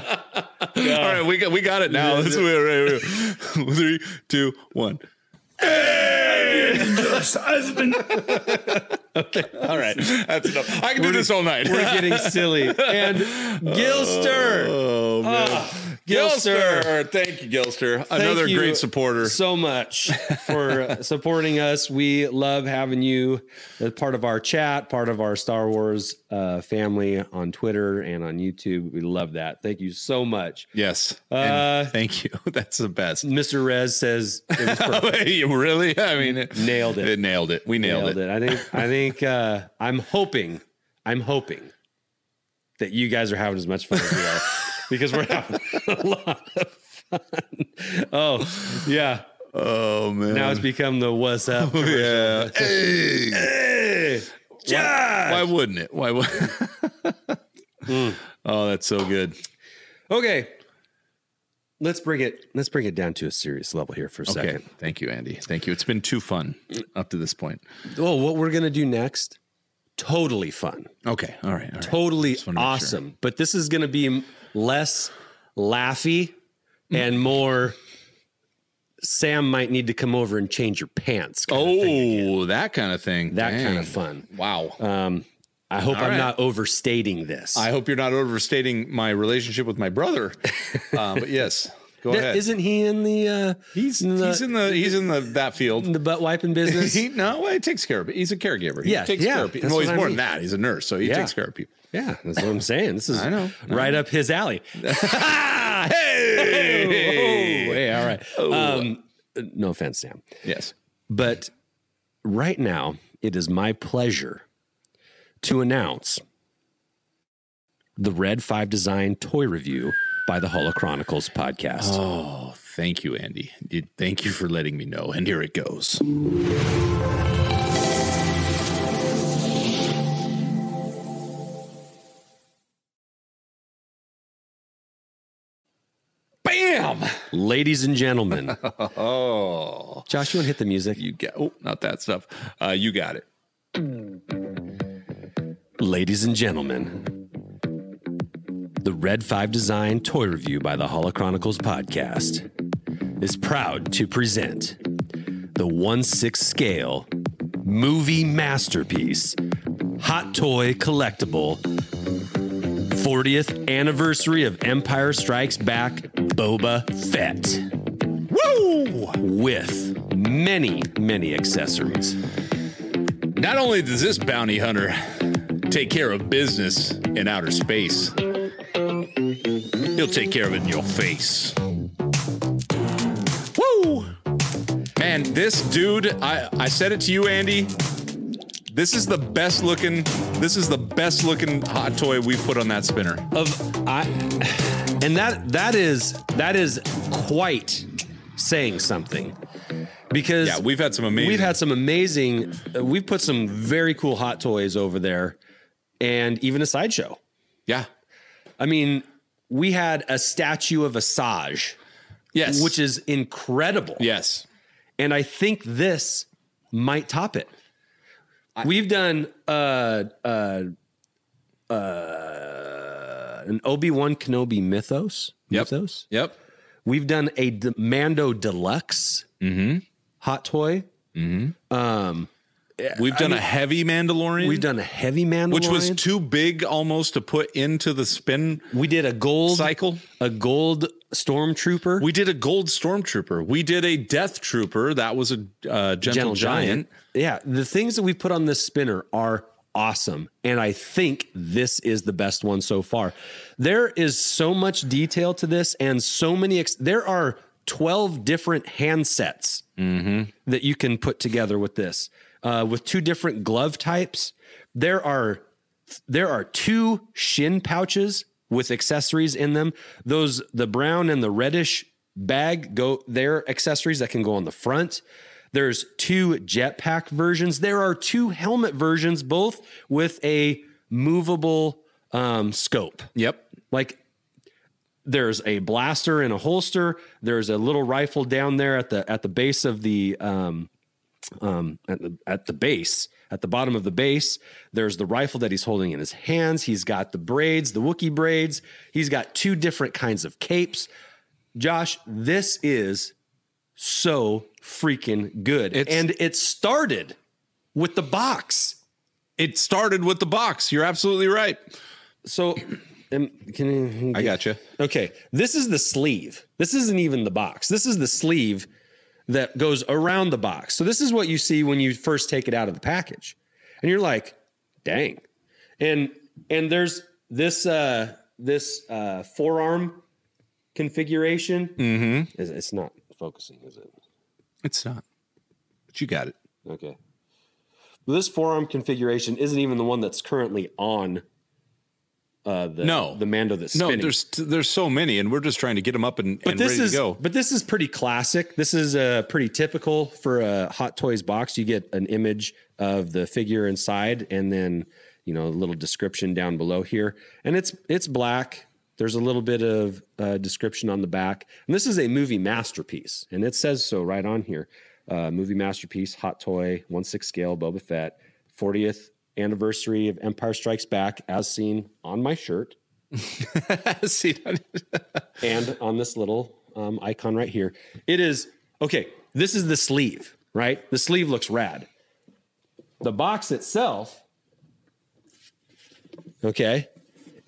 [SPEAKER 2] right, we got we got it now. This way, right, right. Three, two, one.
[SPEAKER 7] Just I've been
[SPEAKER 2] All right, that's enough. I can do this all night.
[SPEAKER 5] We're getting silly. And Gilster, Ah,
[SPEAKER 2] Oh man,
[SPEAKER 5] Gilster.
[SPEAKER 2] Gilster, thank you, Gilster. Another
[SPEAKER 5] you
[SPEAKER 2] great supporter.
[SPEAKER 5] so much for uh, supporting us. We love having you as part of our chat, part of our Star Wars uh, family on Twitter and on YouTube. We love that. Thank you so much.
[SPEAKER 2] yes,
[SPEAKER 5] Uh,
[SPEAKER 2] And thank you. That's the best.
[SPEAKER 5] Mr. Rez says it was perfect.
[SPEAKER 2] you really? I mean, it-
[SPEAKER 5] Nailed it.
[SPEAKER 2] It nailed it. We nailed,
[SPEAKER 5] Nailed
[SPEAKER 2] it.
[SPEAKER 5] it. I think I think uh, I'm hoping I'm hoping that you guys are having as much fun as we are because we're having a lot of fun. Oh yeah,
[SPEAKER 2] Oh man.
[SPEAKER 5] now it's become the what's up.
[SPEAKER 2] yeah. Hey. Why wouldn't it? Why would? Hmm. Oh, that's so good.
[SPEAKER 5] Okay. let's bring it let's bring it down to a serious level here for a
[SPEAKER 2] Okay.
[SPEAKER 5] second.
[SPEAKER 2] Thank you, Andy. Thank you. It's been too fun up to this point.
[SPEAKER 5] Well, what we're gonna do next, totally fun,
[SPEAKER 2] Okay. All right. All right.
[SPEAKER 5] totally
[SPEAKER 2] Just wanna make sure.
[SPEAKER 5] awesome. But this is gonna be m- less laughy and more. Sam might need to come over and change your pants. kind of thing.
[SPEAKER 2] Oh, that kind of Uh, thing.
[SPEAKER 5] that kind
[SPEAKER 2] Dang.
[SPEAKER 5] of fun.
[SPEAKER 2] Wow.
[SPEAKER 5] Um, I hope
[SPEAKER 2] All
[SPEAKER 5] I'm
[SPEAKER 2] right.
[SPEAKER 5] not overstating this.
[SPEAKER 2] I hope you're not overstating my relationship with my brother. uh, but yes, go
[SPEAKER 5] Th-
[SPEAKER 2] ahead.
[SPEAKER 5] Isn't he in the uh,
[SPEAKER 2] he's
[SPEAKER 5] in the-
[SPEAKER 2] he's in the he's in the that
[SPEAKER 5] in
[SPEAKER 2] field.
[SPEAKER 5] the butt wiping business?
[SPEAKER 2] He, no, well, he takes care of it. He's a caregiver. He
[SPEAKER 5] Yeah,
[SPEAKER 2] takes
[SPEAKER 5] yeah,
[SPEAKER 2] care of people.
[SPEAKER 5] that's
[SPEAKER 2] Well,
[SPEAKER 5] what
[SPEAKER 2] he's
[SPEAKER 5] I
[SPEAKER 2] more
[SPEAKER 5] mean.
[SPEAKER 2] than that. He's a nurse, so he
[SPEAKER 5] Yeah.
[SPEAKER 2] takes care of people.
[SPEAKER 5] yeah, that's what I'm saying. This is
[SPEAKER 2] I know.
[SPEAKER 5] right up his alley.
[SPEAKER 2] hey!
[SPEAKER 5] Oh, hey, all right.
[SPEAKER 2] Oh.
[SPEAKER 5] Um, no offense, Sam,
[SPEAKER 2] Yes.
[SPEAKER 5] but right now it is my pleasure to announce the Red Five Design toy review by the Holo Chronicles podcast.
[SPEAKER 2] Oh, thank you, Andy. You- Thank you for letting me know. And here it goes. Bam!
[SPEAKER 5] Ladies and gentlemen,
[SPEAKER 2] Oh,
[SPEAKER 5] Josh, you want to hit the music?
[SPEAKER 2] you got oh, not that stuff. Uh, you got it.
[SPEAKER 5] Ladies and gentlemen, the Red 5 Design Toy Review by the Holo Chronicles podcast is proud to present the 1 6 scale movie masterpiece, Hot Toy Collectible, 40th anniversary of Empire Strikes Back Boba Fett. Woo! With many, many accessories.
[SPEAKER 2] Not only does this bounty hunter take care of business in outer space, he'll take care of it in your face. Woo! Man, this dude, I, I said it to you, Andy. This is the best looking, this is the best looking hot toy we put on that spinner.
[SPEAKER 5] of I, and that that is that is quite saying something because
[SPEAKER 2] Yeah, we've had some amazing.
[SPEAKER 5] we've had some amazing uh, we've put some very cool hot toys over there and even a sideshow
[SPEAKER 2] yeah.
[SPEAKER 5] i mean we had a statue of asajj
[SPEAKER 2] Yes.
[SPEAKER 5] which is incredible
[SPEAKER 2] yes.
[SPEAKER 5] and i think this might top it we've done uh uh uh an obi-wan kenobi mythos
[SPEAKER 2] Yep.
[SPEAKER 5] mythos
[SPEAKER 2] Yep.
[SPEAKER 5] We've done a D- Mando Deluxe
[SPEAKER 2] Mm-hmm.
[SPEAKER 5] hot toy.
[SPEAKER 2] We've done a heavy Mandalorian.
[SPEAKER 5] We've done a heavy Mandalorian,
[SPEAKER 2] which was too big almost to put into the spin
[SPEAKER 5] we did a gold
[SPEAKER 2] cycle.
[SPEAKER 5] a gold stormtrooper.
[SPEAKER 2] We did a gold stormtrooper. We did a death trooper. That was a uh, gentle, giant.
[SPEAKER 5] Yeah, the things that we put on this spinner are awesome, and I think this is the best one so far. There is so much detail to this, and so many. Ex- there are twelve different handsets that you can put together with this, uh, with two different glove types. There are there are two shin pouches with accessories in them. Those the brown and the reddish bag go they're accessories that can go on the front. There's two jetpack versions. There are two helmet versions, both with a movable um, scope.
[SPEAKER 2] Yep.
[SPEAKER 5] Like there's a blaster and a holster. There's a little rifle down there at the at the base of the um, um, at the at the base at the bottom of the base. There's the rifle that he's holding in his hands. He's got the braids, the Wookiee braids. He's got two different kinds of capes. Josh, this is so freaking good,
[SPEAKER 2] It's-
[SPEAKER 5] and it started with the box.
[SPEAKER 2] It started with the box. You're absolutely right.
[SPEAKER 5] So, um, can you
[SPEAKER 2] I got you.
[SPEAKER 5] Okay, this is the sleeve. This isn't even the box. This is the sleeve that goes around the box. So this is what you see when you first take it out of the package. And you're like, "Dang." And and there's this uh this uh forearm configuration.
[SPEAKER 2] Mm-hmm.
[SPEAKER 5] Is it's not focusing, is it?
[SPEAKER 2] It's not. But you got it.
[SPEAKER 5] Okay. This forearm configuration isn't even the one that's currently on uh the
[SPEAKER 2] No.
[SPEAKER 5] the Mando that's
[SPEAKER 2] No,
[SPEAKER 5] spinning.
[SPEAKER 2] there's there's so many, and we're just trying to get them up and,
[SPEAKER 5] but
[SPEAKER 2] and
[SPEAKER 5] this
[SPEAKER 2] ready
[SPEAKER 5] is
[SPEAKER 2] to go.
[SPEAKER 5] but this is pretty classic. This is uh, pretty typical for a Hot Toys box. You get an image of the figure inside, and then you know a little description down below here, and it's it's black. There's a little bit of uh, description on the back. And this is a movie masterpiece. And it says so right on here. Uh, movie masterpiece, Hot Toy, 1 6 scale, Boba Fett, 40th anniversary of Empire Strikes Back, as seen on my shirt
[SPEAKER 2] See,
[SPEAKER 5] and on this little um, icon right here. It is okay. This is the sleeve, right? The sleeve looks rad. The box itself, okay,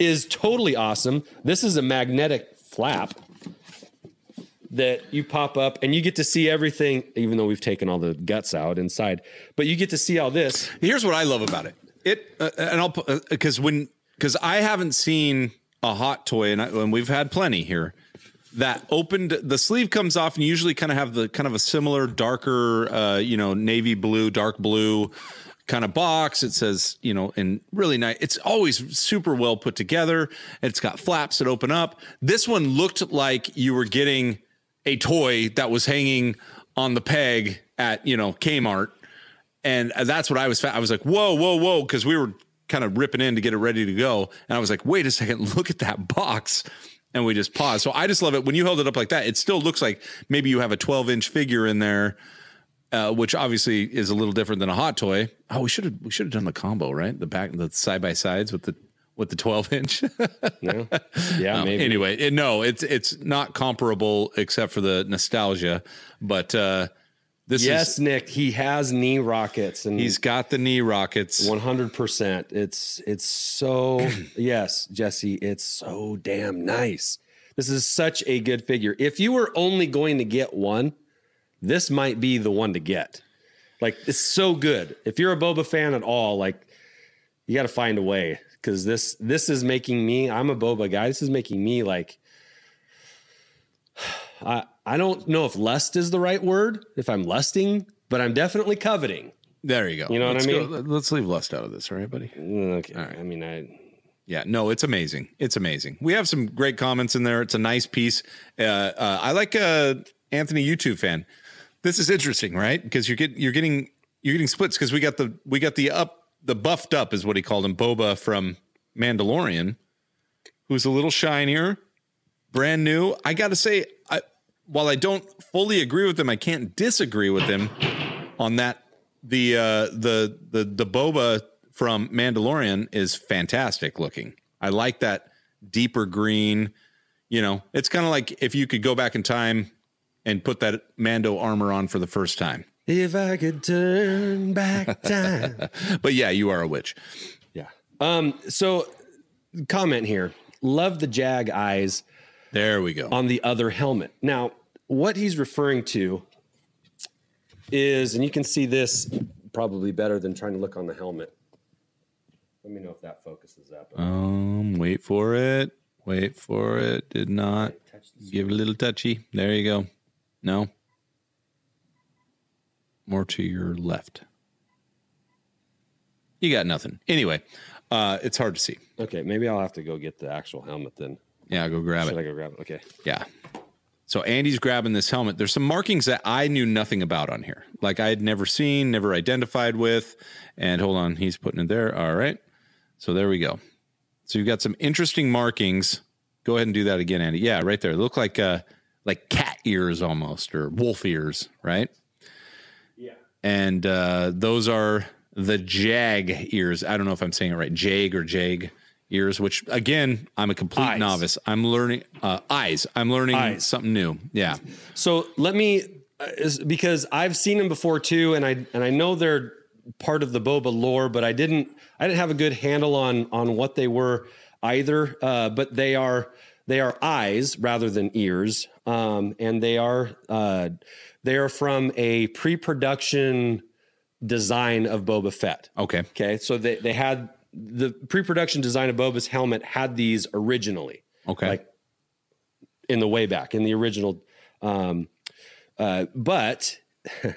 [SPEAKER 5] is totally awesome. This is a magnetic flap that you pop up and you get to see everything, even though we've taken all the guts out inside, but you get to see all this.
[SPEAKER 2] here's what I love about it. It uh, and I'll because when because I haven't seen a hot toy and, I, and we've had plenty here that opened the sleeve comes off and you usually kind of have the kind of a similar darker uh, you know navy blue dark blue kind of box it says you know and really nice it's always super well put together it's got flaps that open up this one looked like you were getting a toy that was hanging on the peg at you know Kmart and that's what I was. Fa- I was like, whoa, whoa, whoa, because we were kind of ripping in to get it ready to go, and I was like, wait a second, look at that box, and we just paused. So I just love it when you held it up like that. It still looks like maybe you have a 12 inch figure in there, uh, which obviously is a little different than a hot toy. Oh, we should have we should have done the combo right, the back, the side by sides with the with the 12 inch.
[SPEAKER 5] No? Yeah,
[SPEAKER 2] Um,
[SPEAKER 5] maybe.
[SPEAKER 2] Anyway, it, no, it's it's not comparable except for the nostalgia, but uh, this
[SPEAKER 5] Yes,
[SPEAKER 2] is.
[SPEAKER 5] Nick, he has knee rockets and
[SPEAKER 2] He's got the knee rockets.
[SPEAKER 5] One hundred percent. It's it's so yes, Jesse. It's so damn nice. This is such a good figure. If you were only going to get one, this might be the one to get. Like it's so good. If you're a Boba fan at all, like you got to find a way because this this is making me. I'm a Boba guy. This is making me like. I I don't know if lust is the right word. If I'm lusting, but I'm definitely coveting.
[SPEAKER 2] There you go.
[SPEAKER 5] You know what
[SPEAKER 2] let's
[SPEAKER 5] I mean?
[SPEAKER 2] go- let's leave lust out of this, all right, buddy?
[SPEAKER 5] Mm, Okay.
[SPEAKER 2] All right.
[SPEAKER 5] I mean, I
[SPEAKER 2] Yeah, no, it's amazing. It's amazing. We have some great comments in there. It's a nice piece. Uh, uh, I like uh, Anthony YouTube fan. This is interesting, right? Because you're getting you're getting you're getting splits because we got the we got the up the buffed up is what he called him Boba from Mandalorian, who's a little shinier, brand new. I got to say, I, while I don't fully agree with him, I can't disagree with him on that. The uh, the the the Boba from Mandalorian is fantastic looking. I like that deeper green. You know, it's kind of like if you could go back in time and put that Mando armor on for the first time.
[SPEAKER 5] If I could turn back time.
[SPEAKER 2] But yeah, you are a witch.
[SPEAKER 5] yeah. Um, so comment here. Love the jag eyes
[SPEAKER 2] There we go.
[SPEAKER 5] on the other helmet. Now, what he's referring to is, and you can see this probably better than trying to look on the helmet. Let me know if that focuses up.
[SPEAKER 2] Um, wait for it. Wait for it. Did not give it a little touchy. There you go. No. More to your left. You got nothing. Anyway, uh, it's hard to see.
[SPEAKER 5] Okay, maybe I'll have to go get the actual helmet then.
[SPEAKER 2] Yeah, go grab
[SPEAKER 5] Should
[SPEAKER 2] it.
[SPEAKER 5] I go grab it? Okay.
[SPEAKER 2] Yeah. So Andy's grabbing this helmet. There's some markings that I knew nothing about on here. Like I had never seen, never identified with. And hold on, he's putting it there. All right. So there we go. So you've got some interesting markings. Go ahead and do that again, Andy. Yeah, right there. They look like uh like cat ears almost or wolf ears, right? Yeah. And uh those are the jag ears. I don't know if I'm saying it right. Jag or jag ears, which again, I'm a complete
[SPEAKER 5] Eyes.
[SPEAKER 2] novice. I'm learning uh eyes. I'm learning
[SPEAKER 5] Eyes.
[SPEAKER 2] something new. Yeah.
[SPEAKER 5] So let me, uh, is- because I've seen them before too, and I and I know they're part of the boba lore, but I didn't I didn't have a good handle on on what they were either. Uh, but they are they are eyes rather than ears, um, and they are uh, they are from a pre-production design of Boba Fett.
[SPEAKER 2] Okay.
[SPEAKER 5] Okay, so they they had the pre-production design of Boba's helmet had these originally
[SPEAKER 2] Okay.
[SPEAKER 5] Like- in the way back in the original um uh but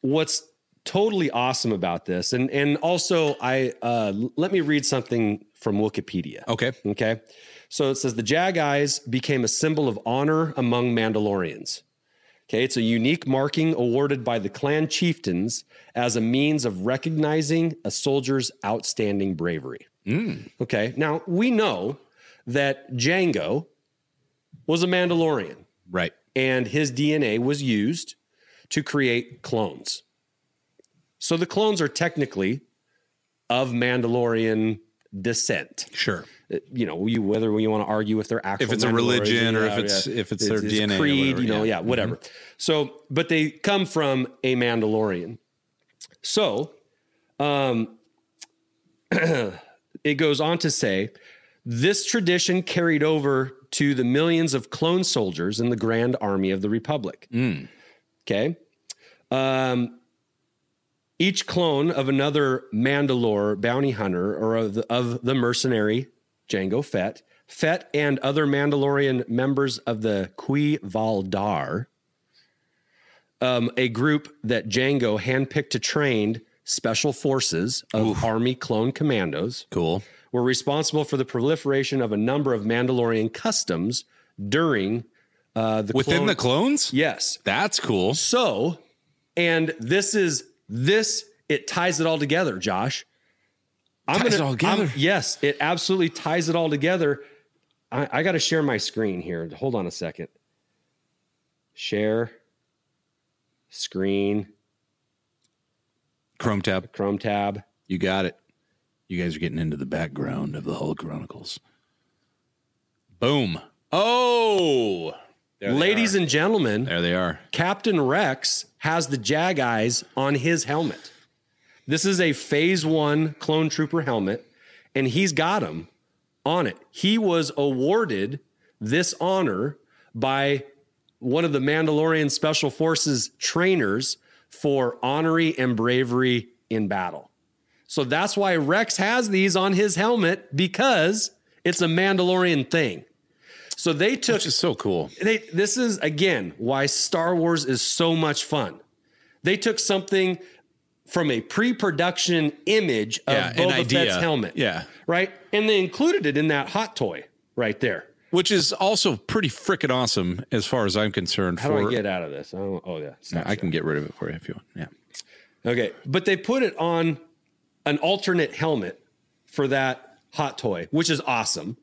[SPEAKER 5] what's totally awesome about this and and also i uh l- let me read something from wikipedia
[SPEAKER 2] okay.
[SPEAKER 5] Okay. So it says the Jag Eyes became a symbol of honor among Mandalorians. Okay. It's a unique marking awarded by the clan chieftains as a means of
[SPEAKER 2] Mm.
[SPEAKER 5] recognizing a soldier's outstanding bravery. Okay. Now we know that Django was a Mandalorian
[SPEAKER 2] Right.
[SPEAKER 5] and his DNA was used to create clones. So the clones are technically of Mandalorian descent.
[SPEAKER 2] Sure.
[SPEAKER 5] Uh, You know, you whether you want to argue if they're actual
[SPEAKER 2] If it's a
[SPEAKER 5] Mandalorians,
[SPEAKER 2] religion or
[SPEAKER 5] yeah,
[SPEAKER 2] if it's
[SPEAKER 5] yeah.
[SPEAKER 2] if it's their DNA or
[SPEAKER 5] creed,
[SPEAKER 2] whatever,
[SPEAKER 5] you know,
[SPEAKER 2] yeah. Mm-hmm.
[SPEAKER 5] yeah, whatever. So, but they come from a Mandalorian. So, um, it goes on to say this tradition carried over to the millions of clone soldiers in the Grand Army of the Republic.
[SPEAKER 2] Mm.
[SPEAKER 5] Okay. Um, each clone of another Mandalore bounty hunter or of the, of the mercenary Django Fett, Fett and other Mandalorian members of the Qui Valdar, um, a group that Django handpicked to train special forces of Army clone commandos
[SPEAKER 2] Cool.
[SPEAKER 5] were responsible for the proliferation of a number of Mandalorian customs during uh, the
[SPEAKER 2] Within
[SPEAKER 5] clone-
[SPEAKER 2] the clones?
[SPEAKER 5] yes.
[SPEAKER 2] That's cool.
[SPEAKER 5] So, and this is this it ties it all together, Josh. I'm
[SPEAKER 2] Ties
[SPEAKER 5] gonna
[SPEAKER 2] it all
[SPEAKER 5] I'm-
[SPEAKER 2] together.
[SPEAKER 5] yes, it absolutely ties it all together. I, I got to share my screen here. Hold on a second. Share screen
[SPEAKER 2] Chrome tab.
[SPEAKER 5] Chrome tab.
[SPEAKER 2] You got it. You guys are getting into the background of the Hull Chronicles. Boom. Oh. There they
[SPEAKER 5] Ladies
[SPEAKER 2] are.
[SPEAKER 5] and gentlemen,
[SPEAKER 2] there they are.
[SPEAKER 5] Captain Rex has the Jag eyes on his helmet. This is a phase one clone trooper helmet, and he's got them on it. He was awarded this honor by one of the Mandalorian Special Forces trainers for honorary and bravery in battle. So that's why Rex has these on his helmet because it's a Mandalorian thing. So they took
[SPEAKER 2] Which is so cool.
[SPEAKER 5] they this is again why Star Wars is so much fun. They took something from a pre-production image of
[SPEAKER 2] Yeah, an
[SPEAKER 5] Boba
[SPEAKER 2] idea.
[SPEAKER 5] Fett's helmet,
[SPEAKER 2] Yeah.
[SPEAKER 5] right, and they included it in that hot toy right there.
[SPEAKER 2] Which is also pretty freaking awesome as far as I'm concerned.
[SPEAKER 5] How
[SPEAKER 2] for
[SPEAKER 5] do I get out of this? I don't, oh yeah,
[SPEAKER 2] Yeah, I can get rid of it for you if you want. Yeah.
[SPEAKER 5] okay. But they put it on an alternate helmet for that hot toy, which is awesome,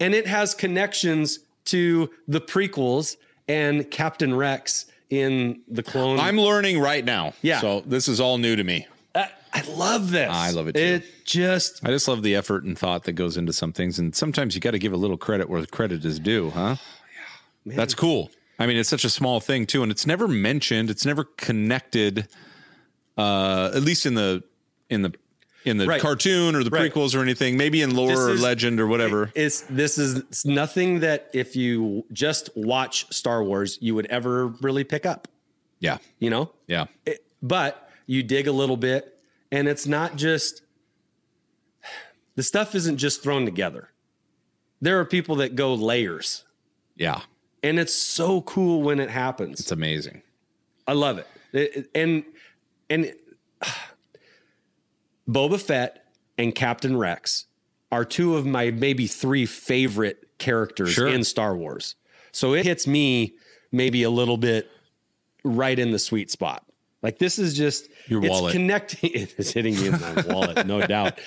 [SPEAKER 5] and it has connections to the prequels and Captain Rex in the Clone.
[SPEAKER 2] I'm learning right now.
[SPEAKER 5] Yeah.
[SPEAKER 2] So this is all new to me.
[SPEAKER 5] I, I love this.
[SPEAKER 2] I love it, too.
[SPEAKER 5] It just
[SPEAKER 2] I just love the effort and thought that goes into some things. And sometimes you got to give a little credit where credit is due, huh? That's cool. I mean, it's such a small thing, too. And it's never mentioned, it's never connected, uh, at least in the, in the, in the
[SPEAKER 5] Right.
[SPEAKER 2] cartoon or the
[SPEAKER 5] Right.
[SPEAKER 2] prequels or anything, maybe in lore
[SPEAKER 5] This
[SPEAKER 2] or
[SPEAKER 5] is-
[SPEAKER 2] legend or whatever.
[SPEAKER 5] it's this is it's nothing that if you just watch Star Wars, you would ever really pick up.
[SPEAKER 2] yeah.
[SPEAKER 5] You know,
[SPEAKER 2] Yeah.
[SPEAKER 5] It- but you dig a little bit, and it's not just the stuff isn't just thrown together. There are people that go layers,
[SPEAKER 2] Yeah.
[SPEAKER 5] and it's so cool when it happens.
[SPEAKER 2] It's amazing.
[SPEAKER 5] I love it. It- it- and and Boba Fett and Captain Rex are two of my maybe three favorite characters
[SPEAKER 2] Sure.
[SPEAKER 5] in Star Wars. So it hits me maybe a little bit right in the sweet spot. Like this is just
[SPEAKER 2] Your
[SPEAKER 5] it's
[SPEAKER 2] wallet.
[SPEAKER 5] connecting. It is hitting me in my wallet, no doubt.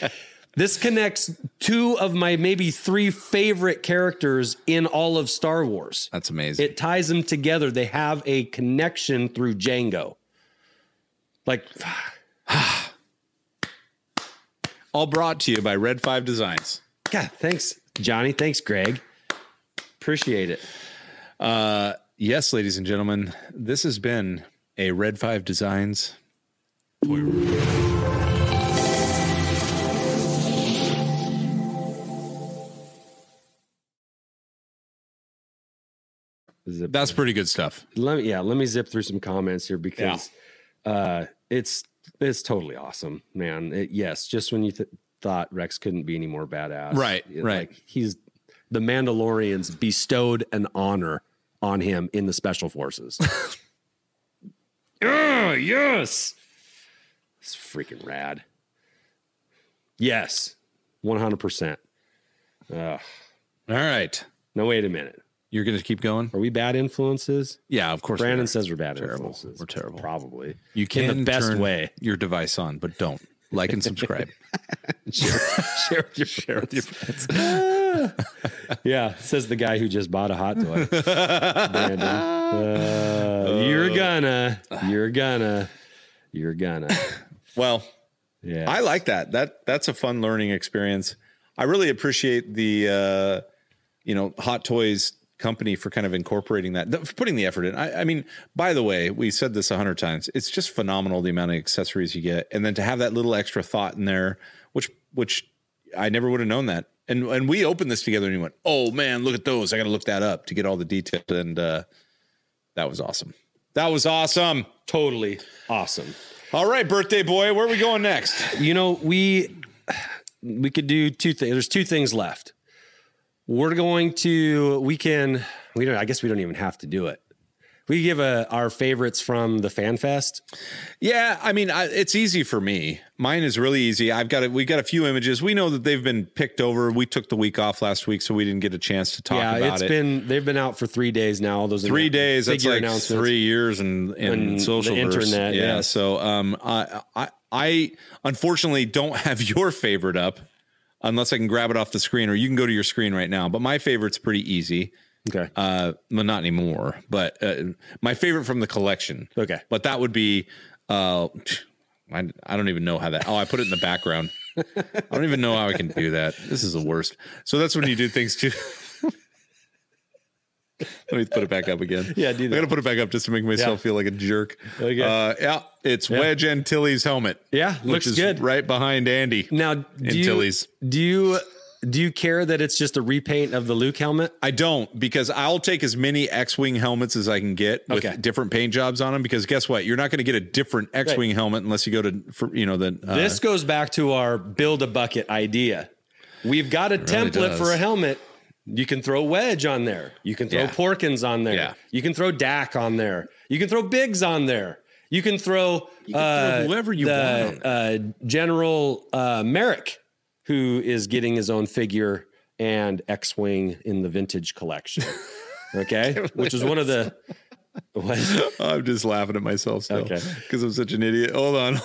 [SPEAKER 5] This connects two of my maybe three favorite characters in all of Star Wars.
[SPEAKER 2] That's amazing.
[SPEAKER 5] It ties them together. They have a connection through Django. Like,
[SPEAKER 2] all brought to you by Red Five Designs.
[SPEAKER 5] God, thanks, Johnny. Thanks, Greg. Appreciate it.
[SPEAKER 2] Uh, yes, ladies and gentlemen, this has been a Red Five Designs toy review.
[SPEAKER 5] Zip-
[SPEAKER 2] That's pretty good stuff.
[SPEAKER 5] let me, yeah, let me zip through some comments here because uh, it's it's totally awesome, man. It, yes, just when you th- thought Rex couldn't be any more badass,
[SPEAKER 2] Right,
[SPEAKER 5] it-
[SPEAKER 2] right.
[SPEAKER 5] Like he's the Mandalorians bestowed an honor on him in the Special Forces. oh, yes, it's freaking rad. Yes, one hundred percent.
[SPEAKER 2] All right.
[SPEAKER 5] No, wait a minute.
[SPEAKER 2] You're going to keep going?
[SPEAKER 5] Are we bad influences?
[SPEAKER 2] Yeah, of course. we
[SPEAKER 5] Brandon
[SPEAKER 2] are.
[SPEAKER 5] says we're bad
[SPEAKER 2] Terrible.
[SPEAKER 5] influences.
[SPEAKER 2] We're terrible.
[SPEAKER 5] Probably.
[SPEAKER 2] you can
[SPEAKER 5] the best
[SPEAKER 2] turn
[SPEAKER 5] way.
[SPEAKER 2] your device on, but don't like and subscribe.
[SPEAKER 5] share with your share with your friends. yeah, says the guy who just bought a hot toy. Brandon. Uh, you're gonna, you're gonna, you're gonna.
[SPEAKER 2] Well,
[SPEAKER 5] Yeah,
[SPEAKER 2] I like that. That that's a fun learning experience. I really appreciate the uh, you know Hot Toys company for kind of incorporating that, th- for putting the effort in. I, I mean, by the way, we said this a hundred times. It's just phenomenal the amount of accessories you get, and then to have that little extra thought in there, which which I never would have known that. And and we opened this together, and you went, "Oh man, look at those! I got to look that up to get all the details." And uh, that was awesome. That was awesome.
[SPEAKER 5] totally awesome.
[SPEAKER 2] All right, birthday boy, where are we going next?
[SPEAKER 5] You know, we we could do two things. There's two things left. We're going to we can we don't. I guess we don't even have to do it. We give a, our favorites from the fan fest.
[SPEAKER 2] Yeah, I mean, I, it's easy for me. Mine is really easy. I've got it. We got a few images. We know that they've been picked over. We took the week off last week, so we didn't get a chance to talk
[SPEAKER 5] yeah,
[SPEAKER 2] about
[SPEAKER 5] it's
[SPEAKER 2] it.
[SPEAKER 5] been they've been out for three days now. All those
[SPEAKER 2] three
[SPEAKER 5] annou-
[SPEAKER 2] days. That's
[SPEAKER 5] figure
[SPEAKER 2] like
[SPEAKER 5] announcements.
[SPEAKER 2] three years in in
[SPEAKER 5] And the
[SPEAKER 2] social
[SPEAKER 5] internet,
[SPEAKER 2] Yeah.
[SPEAKER 5] yes.
[SPEAKER 2] So, um, I, I I unfortunately don't have your favorite up, unless I can grab it off the screen, or you can go to your screen right now. But my favorite's pretty easy.
[SPEAKER 5] Okay,
[SPEAKER 2] Uh, well, not anymore. But uh, my favorite from the collection.
[SPEAKER 5] okay.
[SPEAKER 2] But that would be uh I, I don't even know how that. Oh, I put it in the background. I don't even know how I can do that. This is the worst. So that's when you do things too. Let me put it back up again.
[SPEAKER 5] Yeah, do
[SPEAKER 2] I
[SPEAKER 5] that.
[SPEAKER 2] gotta put it back up just to make myself
[SPEAKER 5] Yeah.
[SPEAKER 2] feel like a jerk.
[SPEAKER 5] Okay.
[SPEAKER 2] Uh, yeah, it's
[SPEAKER 5] Yeah.
[SPEAKER 2] Wedge Antilles' helmet,
[SPEAKER 5] Yeah,
[SPEAKER 2] which
[SPEAKER 5] looks
[SPEAKER 2] is
[SPEAKER 5] good.
[SPEAKER 2] right behind Andy.
[SPEAKER 5] Now, do you,
[SPEAKER 2] Antilles.
[SPEAKER 5] do you do you care that it's just a repaint of the Luke helmet?
[SPEAKER 2] I don't because I'll take as many X-wing helmets as I can get with
[SPEAKER 5] Okay.
[SPEAKER 2] different paint jobs on them. Because guess what, you're not going to get a different X-wing helmet unless you go to for, you know the uh,
[SPEAKER 5] this goes back to our build a bucket idea. We've got a
[SPEAKER 2] really
[SPEAKER 5] template
[SPEAKER 2] does.
[SPEAKER 5] for a helmet. You can throw Wedge on there. You can throw
[SPEAKER 2] Yeah.
[SPEAKER 5] Porkins on there.
[SPEAKER 2] Yeah.
[SPEAKER 5] You can throw Dak on there. You can throw Biggs on there. You can throw, uh,
[SPEAKER 2] whoever you
[SPEAKER 5] the, Uh, General uh, Merrick, who is getting his own figure and X Wing in the vintage collection. Okay. Which is one of the. What?
[SPEAKER 2] I'm just laughing at myself still
[SPEAKER 5] Okay.
[SPEAKER 2] because I'm such an idiot. Hold on,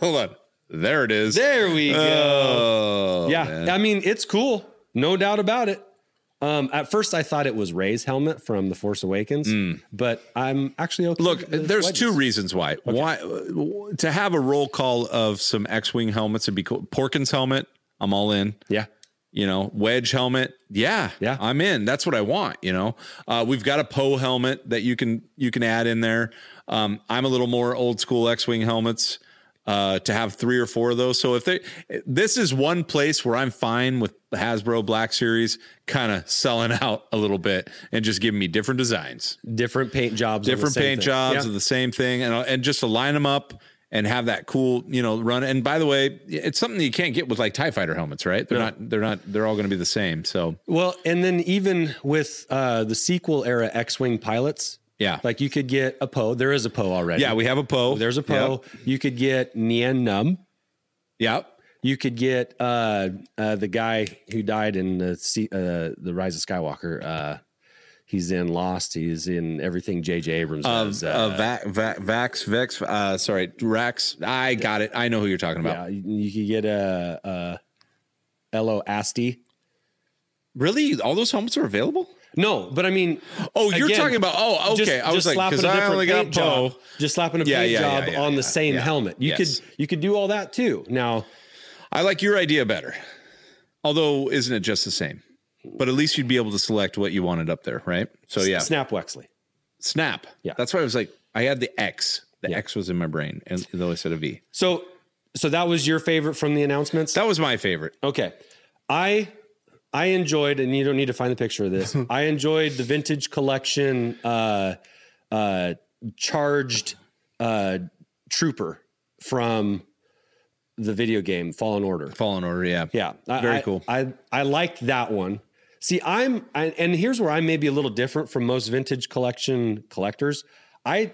[SPEAKER 2] hold on. There it is.
[SPEAKER 5] There we go.
[SPEAKER 2] Oh,
[SPEAKER 5] yeah,
[SPEAKER 2] man.
[SPEAKER 5] I mean it's cool, no doubt about it. Um, at first, I thought it was Ray's helmet from The Force Awakens, but I'm actually okay.
[SPEAKER 2] Hmm. Look,
[SPEAKER 5] that it's
[SPEAKER 2] there's
[SPEAKER 5] wedges.
[SPEAKER 2] two reasons why. Why to have a roll call of some X-wing helmets would be cool. Porkins helmet, I'm all in.
[SPEAKER 5] Yeah,
[SPEAKER 2] you know, wedge helmet. Yeah,
[SPEAKER 5] Yeah.
[SPEAKER 2] I'm in. That's what I want. You know, uh, we've got a Poe helmet that you can you can add in there. Um, I'm a little more old school X-wing helmets uh, to have three or four of those. So if they, this is one place where I'm fine with the Hasbro Black Series kind of selling out a little bit and just giving me different designs,
[SPEAKER 5] different paint jobs, on the
[SPEAKER 2] different
[SPEAKER 5] same
[SPEAKER 2] paint
[SPEAKER 5] thing.
[SPEAKER 2] jobs
[SPEAKER 5] Yeah.
[SPEAKER 2] of the same thing, and uh, and just to line them up. And have that cool, you know, run. And by the way, it's something that you can't get with like Tie Fighter helmets, right? They're
[SPEAKER 5] No.
[SPEAKER 2] not, they're not, they're all going to be the same. So
[SPEAKER 5] Well, and then even with uh, the sequel era X-wing pilots,
[SPEAKER 2] Yeah.
[SPEAKER 5] like you could get a Poe. There is a Poe already.
[SPEAKER 2] yeah, we have a Poe.
[SPEAKER 5] there's a
[SPEAKER 2] Yep.
[SPEAKER 5] Poe. You could get Nien Num.
[SPEAKER 2] Yep.
[SPEAKER 5] You could get uh, uh, the guy who died in the se- uh, the Rise of Skywalker. Uh, he's in Lost. He's in everything J.J. Abrams
[SPEAKER 2] Uh,
[SPEAKER 5] does.
[SPEAKER 2] uh, vac, vac, Vax, Vex, uh, sorry, Rax. I got it. I know who you're talking about.
[SPEAKER 5] yeah, you, you could get a uh, uh, Elo Asti.
[SPEAKER 2] Really? All those helmets are available?
[SPEAKER 5] No, but I mean,
[SPEAKER 2] Oh, you're
[SPEAKER 5] Again,
[SPEAKER 2] talking about, oh, okay.
[SPEAKER 5] just-
[SPEAKER 2] I was
[SPEAKER 5] just
[SPEAKER 2] like,
[SPEAKER 5] slapping
[SPEAKER 2] because
[SPEAKER 5] a
[SPEAKER 2] I
[SPEAKER 5] different
[SPEAKER 2] only got
[SPEAKER 5] paint job-
[SPEAKER 2] Poe.
[SPEAKER 5] Just slapping a
[SPEAKER 2] Yeah,
[SPEAKER 5] paint
[SPEAKER 2] yeah, yeah,
[SPEAKER 5] job
[SPEAKER 2] yeah,
[SPEAKER 5] on
[SPEAKER 2] yeah,
[SPEAKER 5] the same
[SPEAKER 2] yeah.
[SPEAKER 5] helmet. You
[SPEAKER 2] Yes.
[SPEAKER 5] could you could do all that too. Now,
[SPEAKER 2] I like your idea better. Although, isn't it just the same? But at least you'd be able to select what you wanted up there, right? So, yeah.
[SPEAKER 5] Snap Wexley.
[SPEAKER 2] Snap.
[SPEAKER 5] Yeah.
[SPEAKER 2] That's why I was like, I had the X. The
[SPEAKER 5] Yeah.
[SPEAKER 2] X was in my brain, and though I said a V.
[SPEAKER 5] So so that was your favorite from the announcements.
[SPEAKER 2] That was my favorite.
[SPEAKER 5] Okay. I I enjoyed, and you don't need to find the picture of this. I enjoyed the vintage collection uh uh charged uh trooper from the video game Fallen Order.
[SPEAKER 2] Fallen Order, yeah.
[SPEAKER 5] Yeah. I-
[SPEAKER 2] Very
[SPEAKER 5] I-
[SPEAKER 2] cool.
[SPEAKER 5] I, I liked that one. See, I'm, I, and here's where I may be a little different from most vintage collection collectors. I,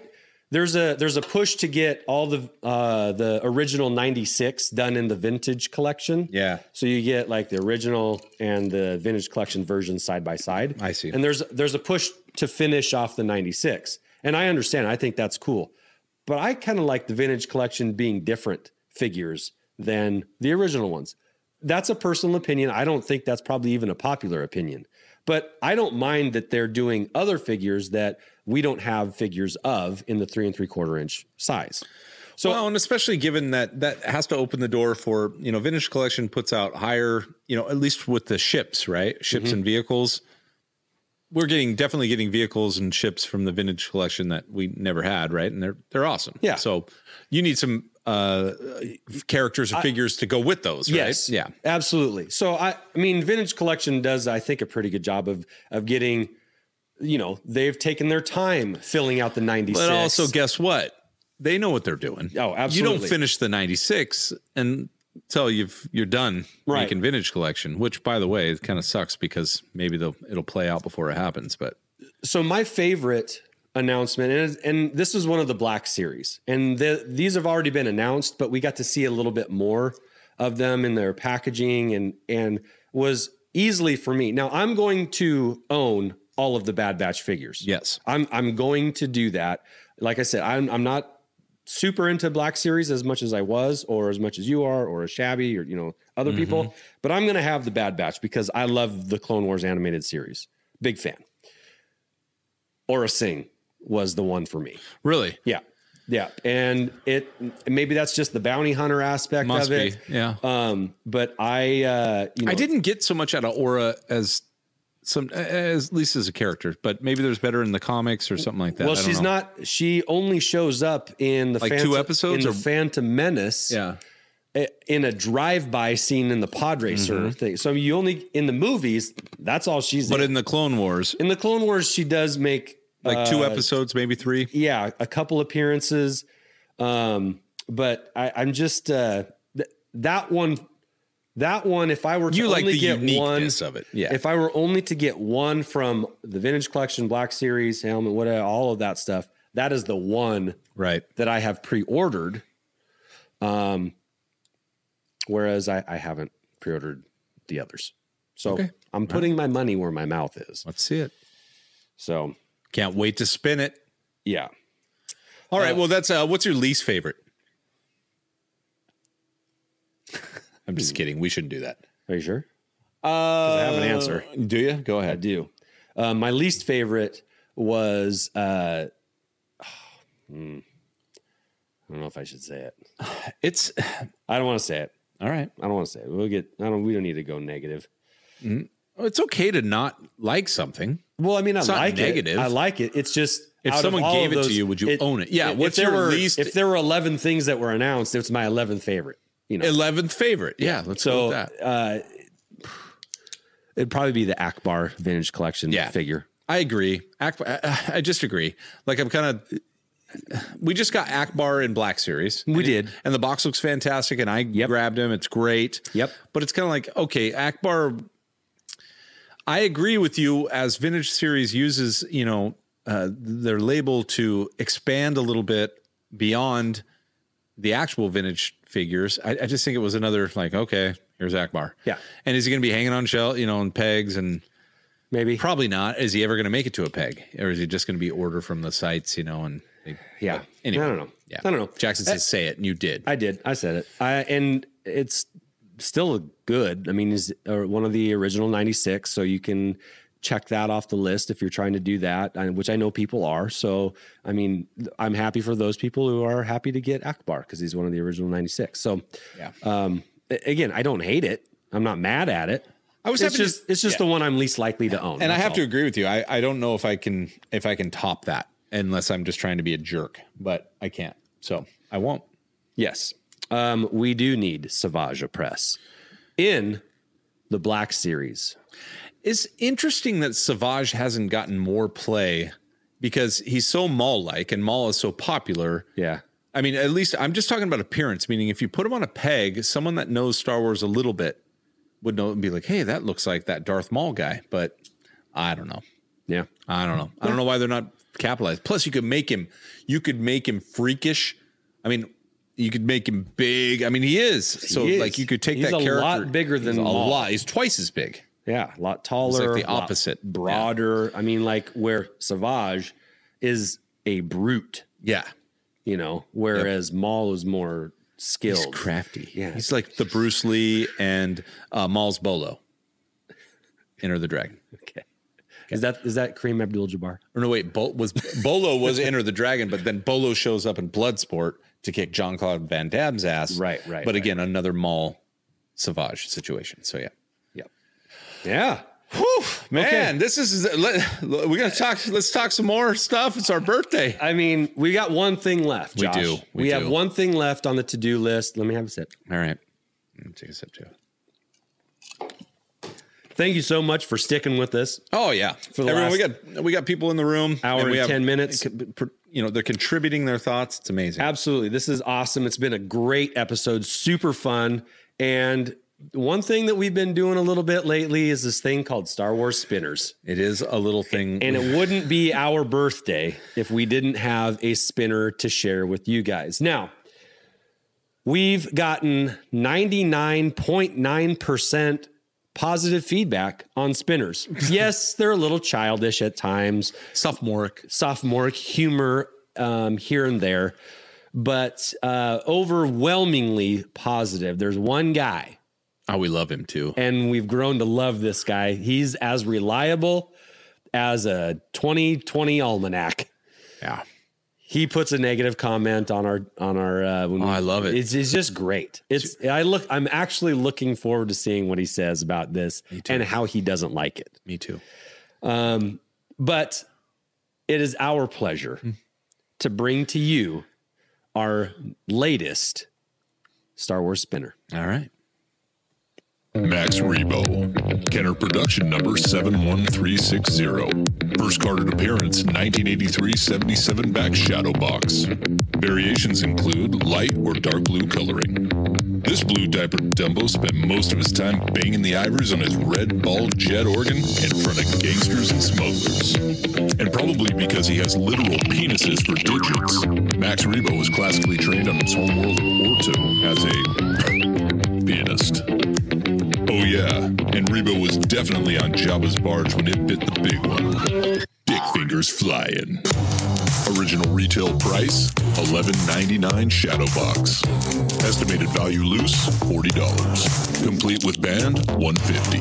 [SPEAKER 5] there's a, there's a push to get all the, uh, the original 96 done in the vintage collection.
[SPEAKER 2] Yeah.
[SPEAKER 5] So you get like the original and the vintage collection version side by side.
[SPEAKER 2] I see.
[SPEAKER 5] And there's, there's a push to finish off the 96. And I understand. I think that's cool. But I kind of like the vintage collection being different figures than the original ones that's a personal opinion. I don't think that's probably even a popular opinion. But I don't mind that they're doing other figures that we don't have figures of in the three and three quarter inch size. So
[SPEAKER 2] well, and especially given that that has to open the door for you know, vintage collection puts out higher, you know, at least with the ships, right? Ships
[SPEAKER 5] Mm-hmm.
[SPEAKER 2] and vehicles. We're getting definitely getting vehicles and ships from the vintage collection that we never had, right? And they're they're awesome.
[SPEAKER 5] Yeah.
[SPEAKER 2] So you need some uh characters or figures to go with those, right?
[SPEAKER 5] Yes.
[SPEAKER 2] Yeah.
[SPEAKER 5] Absolutely. So I, I mean, Vintage Collection does, I think, a pretty good job of of getting. You know, they've taken their time filling out the ninety six.
[SPEAKER 2] But also, guess what? They know what they're doing.
[SPEAKER 5] Oh,
[SPEAKER 2] You
[SPEAKER 5] absolutely.
[SPEAKER 2] don't finish the '96 until you've you're done
[SPEAKER 5] Right.
[SPEAKER 2] making vintage collection. Which, by the way, it kind of sucks because maybe they'll it'll play out before it happens. But
[SPEAKER 5] so my favorite announcement and, and this is one of the black series and the, these have already been announced but we got to see a little bit more of them in their packaging and and was easily for me now i'm going to own all of the bad batch figures
[SPEAKER 2] yes,
[SPEAKER 5] i'm i'm going to do that like i said i'm i'm not super into black series as much as i was or as much as you are or a shabby or you know other
[SPEAKER 2] Mm-hmm.
[SPEAKER 5] people but i'm going to have the bad batch because i love the clone wars animated series big fan Aura Singh was the one for me.
[SPEAKER 2] really
[SPEAKER 5] Yeah. Yeah. And it maybe that's just the bounty hunter aspect
[SPEAKER 2] must
[SPEAKER 5] of
[SPEAKER 2] be.
[SPEAKER 5] it.
[SPEAKER 2] Yeah,
[SPEAKER 5] Um, but I uh you know
[SPEAKER 2] I didn't get so much out of Aura as some as at least as a character, but maybe there's better in the comics or something like that. I
[SPEAKER 5] well
[SPEAKER 2] don't
[SPEAKER 5] she's
[SPEAKER 2] know.
[SPEAKER 5] not she only shows up in the
[SPEAKER 2] Like two episodes
[SPEAKER 5] in
[SPEAKER 2] or-
[SPEAKER 5] the Phantom Menace
[SPEAKER 2] Yeah,
[SPEAKER 5] i- in a drive-by scene in the pod racer thing. So you only in the movies, that's all she's
[SPEAKER 2] Mm-hmm. but
[SPEAKER 5] in.
[SPEAKER 2] in the Clone Wars,
[SPEAKER 5] in the Clone Wars, she does make
[SPEAKER 2] like two
[SPEAKER 5] uh,
[SPEAKER 2] episodes, maybe three.
[SPEAKER 5] yeah, a couple appearances. Um, but I, I'm just uh, th- that one. That one, if I were to
[SPEAKER 2] You like
[SPEAKER 5] only
[SPEAKER 2] the
[SPEAKER 5] get one,
[SPEAKER 2] uniqueness of it. Yeah,
[SPEAKER 5] if I were only to get one from the Vintage Collection, Black Series, Helmet, whatever, all of that stuff, that is the one
[SPEAKER 2] right.
[SPEAKER 5] that I have pre-ordered. Um, whereas I, I haven't pre-ordered the others, so
[SPEAKER 2] Okay.
[SPEAKER 5] I'm putting my money where my mouth is.
[SPEAKER 2] Let's see it.
[SPEAKER 5] So
[SPEAKER 2] Can't wait to spin it.
[SPEAKER 5] yeah,
[SPEAKER 2] All right.
[SPEAKER 5] Uh,
[SPEAKER 2] well, that's uh, what's your least favorite? I'm just kidding. We shouldn't do that.
[SPEAKER 5] are you sure?
[SPEAKER 2] Uh,
[SPEAKER 5] I have an answer.
[SPEAKER 2] Do you? Go
[SPEAKER 5] I
[SPEAKER 2] ahead.
[SPEAKER 5] do. Uh, my least favorite was uh, hmm. I don't know if I should say it.
[SPEAKER 2] It's
[SPEAKER 5] I don't want to say it.
[SPEAKER 2] all right.
[SPEAKER 5] I don't want to say it. We'll get. I don't. We don't need to go negative.
[SPEAKER 2] Well, It's okay to not like something.
[SPEAKER 5] Well, I mean, I
[SPEAKER 2] It's not
[SPEAKER 5] like
[SPEAKER 2] negative.
[SPEAKER 5] it. I like it. It's just
[SPEAKER 2] If
[SPEAKER 5] out of
[SPEAKER 2] someone
[SPEAKER 5] all
[SPEAKER 2] gave
[SPEAKER 5] of
[SPEAKER 2] it to
[SPEAKER 5] those-
[SPEAKER 2] you, would you own it? Yeah,
[SPEAKER 5] If
[SPEAKER 2] what's
[SPEAKER 5] there
[SPEAKER 2] your
[SPEAKER 5] were,
[SPEAKER 2] least-
[SPEAKER 5] If there were eleven things that were announced, it's my eleventh favorite. You know.
[SPEAKER 2] Eleventh favorite. Yeah. Let's go
[SPEAKER 5] so
[SPEAKER 2] with that.
[SPEAKER 5] uh, it'd probably be the Akbar Vintage Collection
[SPEAKER 2] Yeah.
[SPEAKER 5] figure.
[SPEAKER 2] I agree. Akbar, I, I just agree. Like I'm kind of. We just got Akbar in Black Series.
[SPEAKER 5] We did.
[SPEAKER 2] and the box looks fantastic. And I grabbed him. It's great.
[SPEAKER 5] Yep.
[SPEAKER 2] But it's kind of like okay, Akbar. I agree with you. As Vintage Series uses, you know, uh, their label to expand a little bit beyond the actual vintage figures. I, I just think it was another like okay, here's Akbar.
[SPEAKER 5] Yeah.
[SPEAKER 2] And is he going to be hanging on shell, you know, on pegs and
[SPEAKER 5] Maybe.
[SPEAKER 2] Probably not. Is he ever going to make it to a peg, or is he just going to be order from the sites? You know, and they,
[SPEAKER 5] Yeah.
[SPEAKER 2] but Anyway,
[SPEAKER 5] I don't know.
[SPEAKER 2] Yeah,
[SPEAKER 5] I don't know.
[SPEAKER 2] Jackson says, "Say it," and you did.
[SPEAKER 5] I did. I said it. I and it's still good. I mean, is or one of the original '96, so you can check that off the list if you're trying to do that, and- which I know people are. So, I mean, I'm happy for those people who are happy to get Akbar because he's one of the original '96. So,
[SPEAKER 2] Yeah.
[SPEAKER 5] Um, a- again, I don't hate it. I'm not mad at it.
[SPEAKER 2] I was
[SPEAKER 5] It's
[SPEAKER 2] happy to-
[SPEAKER 5] just it's just the one I'm least likely to own.
[SPEAKER 2] and I
[SPEAKER 5] that's
[SPEAKER 2] have
[SPEAKER 5] all.
[SPEAKER 2] to agree with you. I, I don't know if I can if I can top that unless I'm just trying to be a jerk, but I can't. So I won't.
[SPEAKER 5] Yes. Um, we do need Savage Press in the Black Series.
[SPEAKER 2] It's interesting that Savage hasn't gotten more play because he's so Maul like, and Maul is so popular.
[SPEAKER 5] Yeah.
[SPEAKER 2] I mean, at least I'm just talking about appearance, meaning if you put him on a peg, someone that knows Star Wars a little bit would know and be like, hey, that looks like that Darth Maul guy. But I don't know.
[SPEAKER 5] Yeah.
[SPEAKER 2] I don't know. I don't know why they're not capitalized. Plus, you could make him, you could make him freakish. I mean, you could make him big. I mean, he is. So,
[SPEAKER 5] is.
[SPEAKER 2] like, you could take
[SPEAKER 5] He's
[SPEAKER 2] that
[SPEAKER 5] a
[SPEAKER 2] character.
[SPEAKER 5] lot bigger
[SPEAKER 2] He's
[SPEAKER 5] than
[SPEAKER 2] a
[SPEAKER 5] Maul.
[SPEAKER 2] lot. He's twice as big.
[SPEAKER 5] Yeah, a lot taller.
[SPEAKER 2] the
[SPEAKER 5] a lot
[SPEAKER 2] opposite. Yeah.
[SPEAKER 5] broader. I mean, like where Savage is a brute,
[SPEAKER 2] Yeah.
[SPEAKER 5] you know, whereas Maul is more
[SPEAKER 2] He's
[SPEAKER 5] skilled.
[SPEAKER 2] crafty.
[SPEAKER 5] Yeah.
[SPEAKER 2] He's like the Bruce Lee and uh, Mal's Bolo. Enter the Dragon.
[SPEAKER 5] Is that is that Kareem Abdul-Jabbar?
[SPEAKER 2] Or no, wait, Bol- was Bolo was Enter the Dragon, but then Bolo shows up in Bloodsport to kick John Claude Van Damme's ass.
[SPEAKER 5] Right, right,
[SPEAKER 2] But
[SPEAKER 5] right.
[SPEAKER 2] again, another Mall Savage situation. So yeah.
[SPEAKER 5] Yeah.
[SPEAKER 2] Whew, man, this is let, we're gonna talk. Let's talk some more stuff. It's our birthday.
[SPEAKER 5] I mean, we got one thing left.
[SPEAKER 2] We
[SPEAKER 5] Josh.
[SPEAKER 2] do.
[SPEAKER 5] We,
[SPEAKER 2] We
[SPEAKER 5] have
[SPEAKER 2] do.
[SPEAKER 5] one thing left on the to-do list. Let me have a sip.
[SPEAKER 2] All right, Let me take a sip too.
[SPEAKER 5] Thank you so much for sticking with us.
[SPEAKER 2] Oh yeah,
[SPEAKER 5] the
[SPEAKER 2] everyone, we got we got people in the room.
[SPEAKER 5] Hour and 10 minutes.
[SPEAKER 2] You know, they're contributing their thoughts. It's amazing.
[SPEAKER 5] Absolutely. This is awesome. It's been a great episode, super fun. And one thing that we've been doing a little bit lately is this thing called Star Wars Spinners.
[SPEAKER 2] It is a little thing.
[SPEAKER 5] And it wouldn't be our birthday if we didn't have a spinner to share with you guys. Now, we've gotten 99.9% positive feedback on spinners. yes, they're a little childish at times,
[SPEAKER 2] sophomoric.
[SPEAKER 5] sophomoric humor um, here and there, but uh, overwhelmingly positive. There's one guy,
[SPEAKER 2] Oh, we love him too.
[SPEAKER 5] and we've grown to love this guy. He's as reliable as a 2020 almanac.
[SPEAKER 2] Yeah.
[SPEAKER 5] He puts a negative comment on our on our. Uh, when
[SPEAKER 2] Oh, I love it.
[SPEAKER 5] It's, it's just great. It's I look. I'm actually looking forward to seeing what he says about this
[SPEAKER 2] too.
[SPEAKER 5] and how he doesn't like it.
[SPEAKER 2] Me too.
[SPEAKER 5] Um, but it is our pleasure
[SPEAKER 2] Hmm.
[SPEAKER 5] to bring to you our latest Star Wars spinner.
[SPEAKER 2] All right.
[SPEAKER 7] Max Rebo. Kenner production number 71360. First carded appearance 1983 77 back shadow box. Variations include light or dark blue coloring. This blue diapered Dumbo spent most of his time banging the ivories on his red ball jet organ in front of gangsters and smugglers. And probably because he has literal penises for digits, Max Rebo was classically trained on his home world of Orto as a pianist. Oh yeah, and Reba was definitely on Jabba's barge when it bit the big one. Dick fingers flying. Original retail price $11.99 shadow box. Estimated value loose $40. Complete with band 150.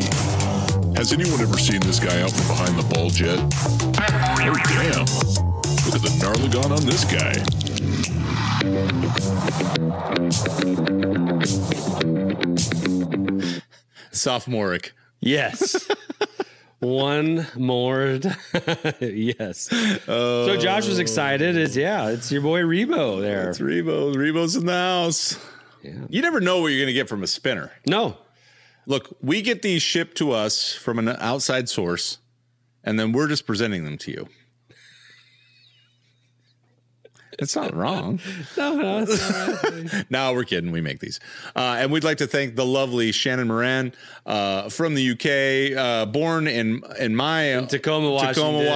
[SPEAKER 7] Has anyone ever seen this guy out from behind the ball jet? Oh damn! Look at the Narlagon on this guy.
[SPEAKER 2] Sophomoric.
[SPEAKER 5] Yes. One more. t- yes. so Josh was excited. It's yeah, it's your boy Rebo there.
[SPEAKER 2] It's Rebo. Rebo's in the house. You never know what you're going to get from a spinner.
[SPEAKER 5] No.
[SPEAKER 2] Look, we get these shipped to us from an outside source, and then we're just presenting them to you. It's not wrong.
[SPEAKER 5] No, no. it's-
[SPEAKER 2] no, we're kidding. We make these. Uh, and we'd like to thank the lovely Shannon Moran uh, from the UK, uh, born in in my uh,
[SPEAKER 5] Tacoma,
[SPEAKER 2] Tacoma,
[SPEAKER 5] Washington.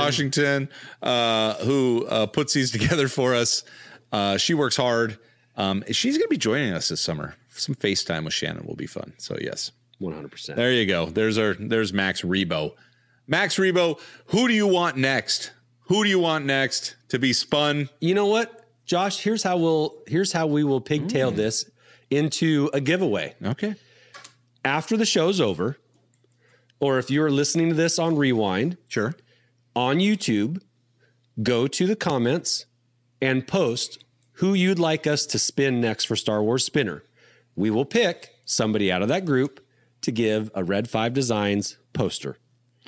[SPEAKER 2] Washington, uh, who uh, puts these together for us. Uh, she works hard. Um, she's going to be joining us this summer. Some FaceTime with Shannon will be fun. So yes,
[SPEAKER 5] 100%.
[SPEAKER 2] there you go. There's our there's Max Rebo. Max Rebo, who do you want next? Who do you want next to be spun?
[SPEAKER 5] You know what? Josh, here's how we'll here's how we
[SPEAKER 2] Oh.
[SPEAKER 5] will pigtail this into a giveaway.
[SPEAKER 2] Okay.
[SPEAKER 5] after the show's over, or if you're listening to this on rewind
[SPEAKER 2] Sure.
[SPEAKER 5] on YouTube, go to the comments and post who you'd like us to spin next for Star Wars Spinner. We will pick somebody out of that group to give a Red 5 Designs poster.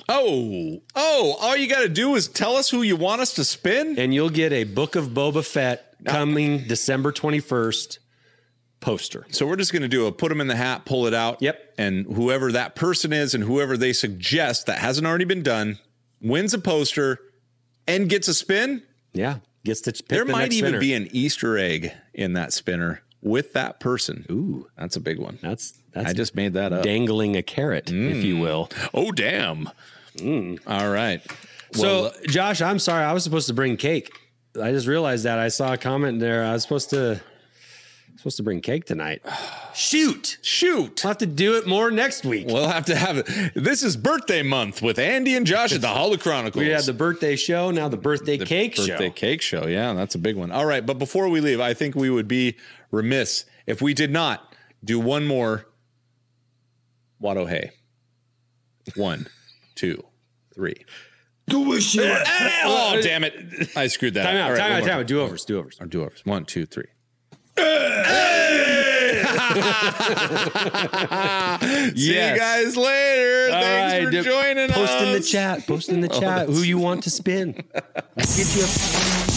[SPEAKER 2] Oh, oh, all you got to do is tell us who you want us to spin?
[SPEAKER 5] And you'll get a Book of Boba Fett coming December 21st poster.
[SPEAKER 2] So we're just going to do a put them in the hat, pull it out.
[SPEAKER 5] Yep.
[SPEAKER 2] And whoever that person is and whoever they suggest that hasn't already been done wins a poster and gets a spin.
[SPEAKER 5] Yeah. Gets to pick
[SPEAKER 2] there
[SPEAKER 5] the
[SPEAKER 2] might
[SPEAKER 5] next
[SPEAKER 2] even
[SPEAKER 5] spinner.
[SPEAKER 2] be an Easter egg in that spinner with that person.
[SPEAKER 5] Ooh,
[SPEAKER 2] That's a big one.
[SPEAKER 5] that's
[SPEAKER 2] I
[SPEAKER 5] that's
[SPEAKER 2] just made that up.
[SPEAKER 5] dangling a carrot, if you will.
[SPEAKER 2] Oh, damn. All right.
[SPEAKER 5] Hmm. So, Josh, I'm sorry. I was supposed to bring cake. I just realized that I saw a comment there. I was supposed to supposed to bring cake tonight. Shoot.
[SPEAKER 2] shoot.
[SPEAKER 5] I'll have to do it more next week.
[SPEAKER 2] We'll have to have it. This is birthday month with Andy and Josh at the Hollow Chronicles.
[SPEAKER 5] We had the birthday show, now the birthday cake
[SPEAKER 2] birthday
[SPEAKER 5] show.
[SPEAKER 2] cake show. Yeah, that's a big one. All right, but before we leave, I think we would be remiss If we did not do one more, Wado Hay. One, two, three.
[SPEAKER 7] Do wish you were
[SPEAKER 2] Oh, damn it. I screwed that
[SPEAKER 5] Time
[SPEAKER 2] up.
[SPEAKER 5] out,
[SPEAKER 2] All right,
[SPEAKER 5] time
[SPEAKER 2] one
[SPEAKER 5] out,
[SPEAKER 2] more.
[SPEAKER 5] time out. Do overs, do overs.
[SPEAKER 2] Or do overs. One, two, three. See
[SPEAKER 5] Yes.
[SPEAKER 2] you guys later.
[SPEAKER 5] All
[SPEAKER 2] Thanks
[SPEAKER 5] right,
[SPEAKER 2] for
[SPEAKER 5] d-
[SPEAKER 2] joining us. Oh,
[SPEAKER 5] Post in the chat. Post in the chat who you want to spin. We'll get you a-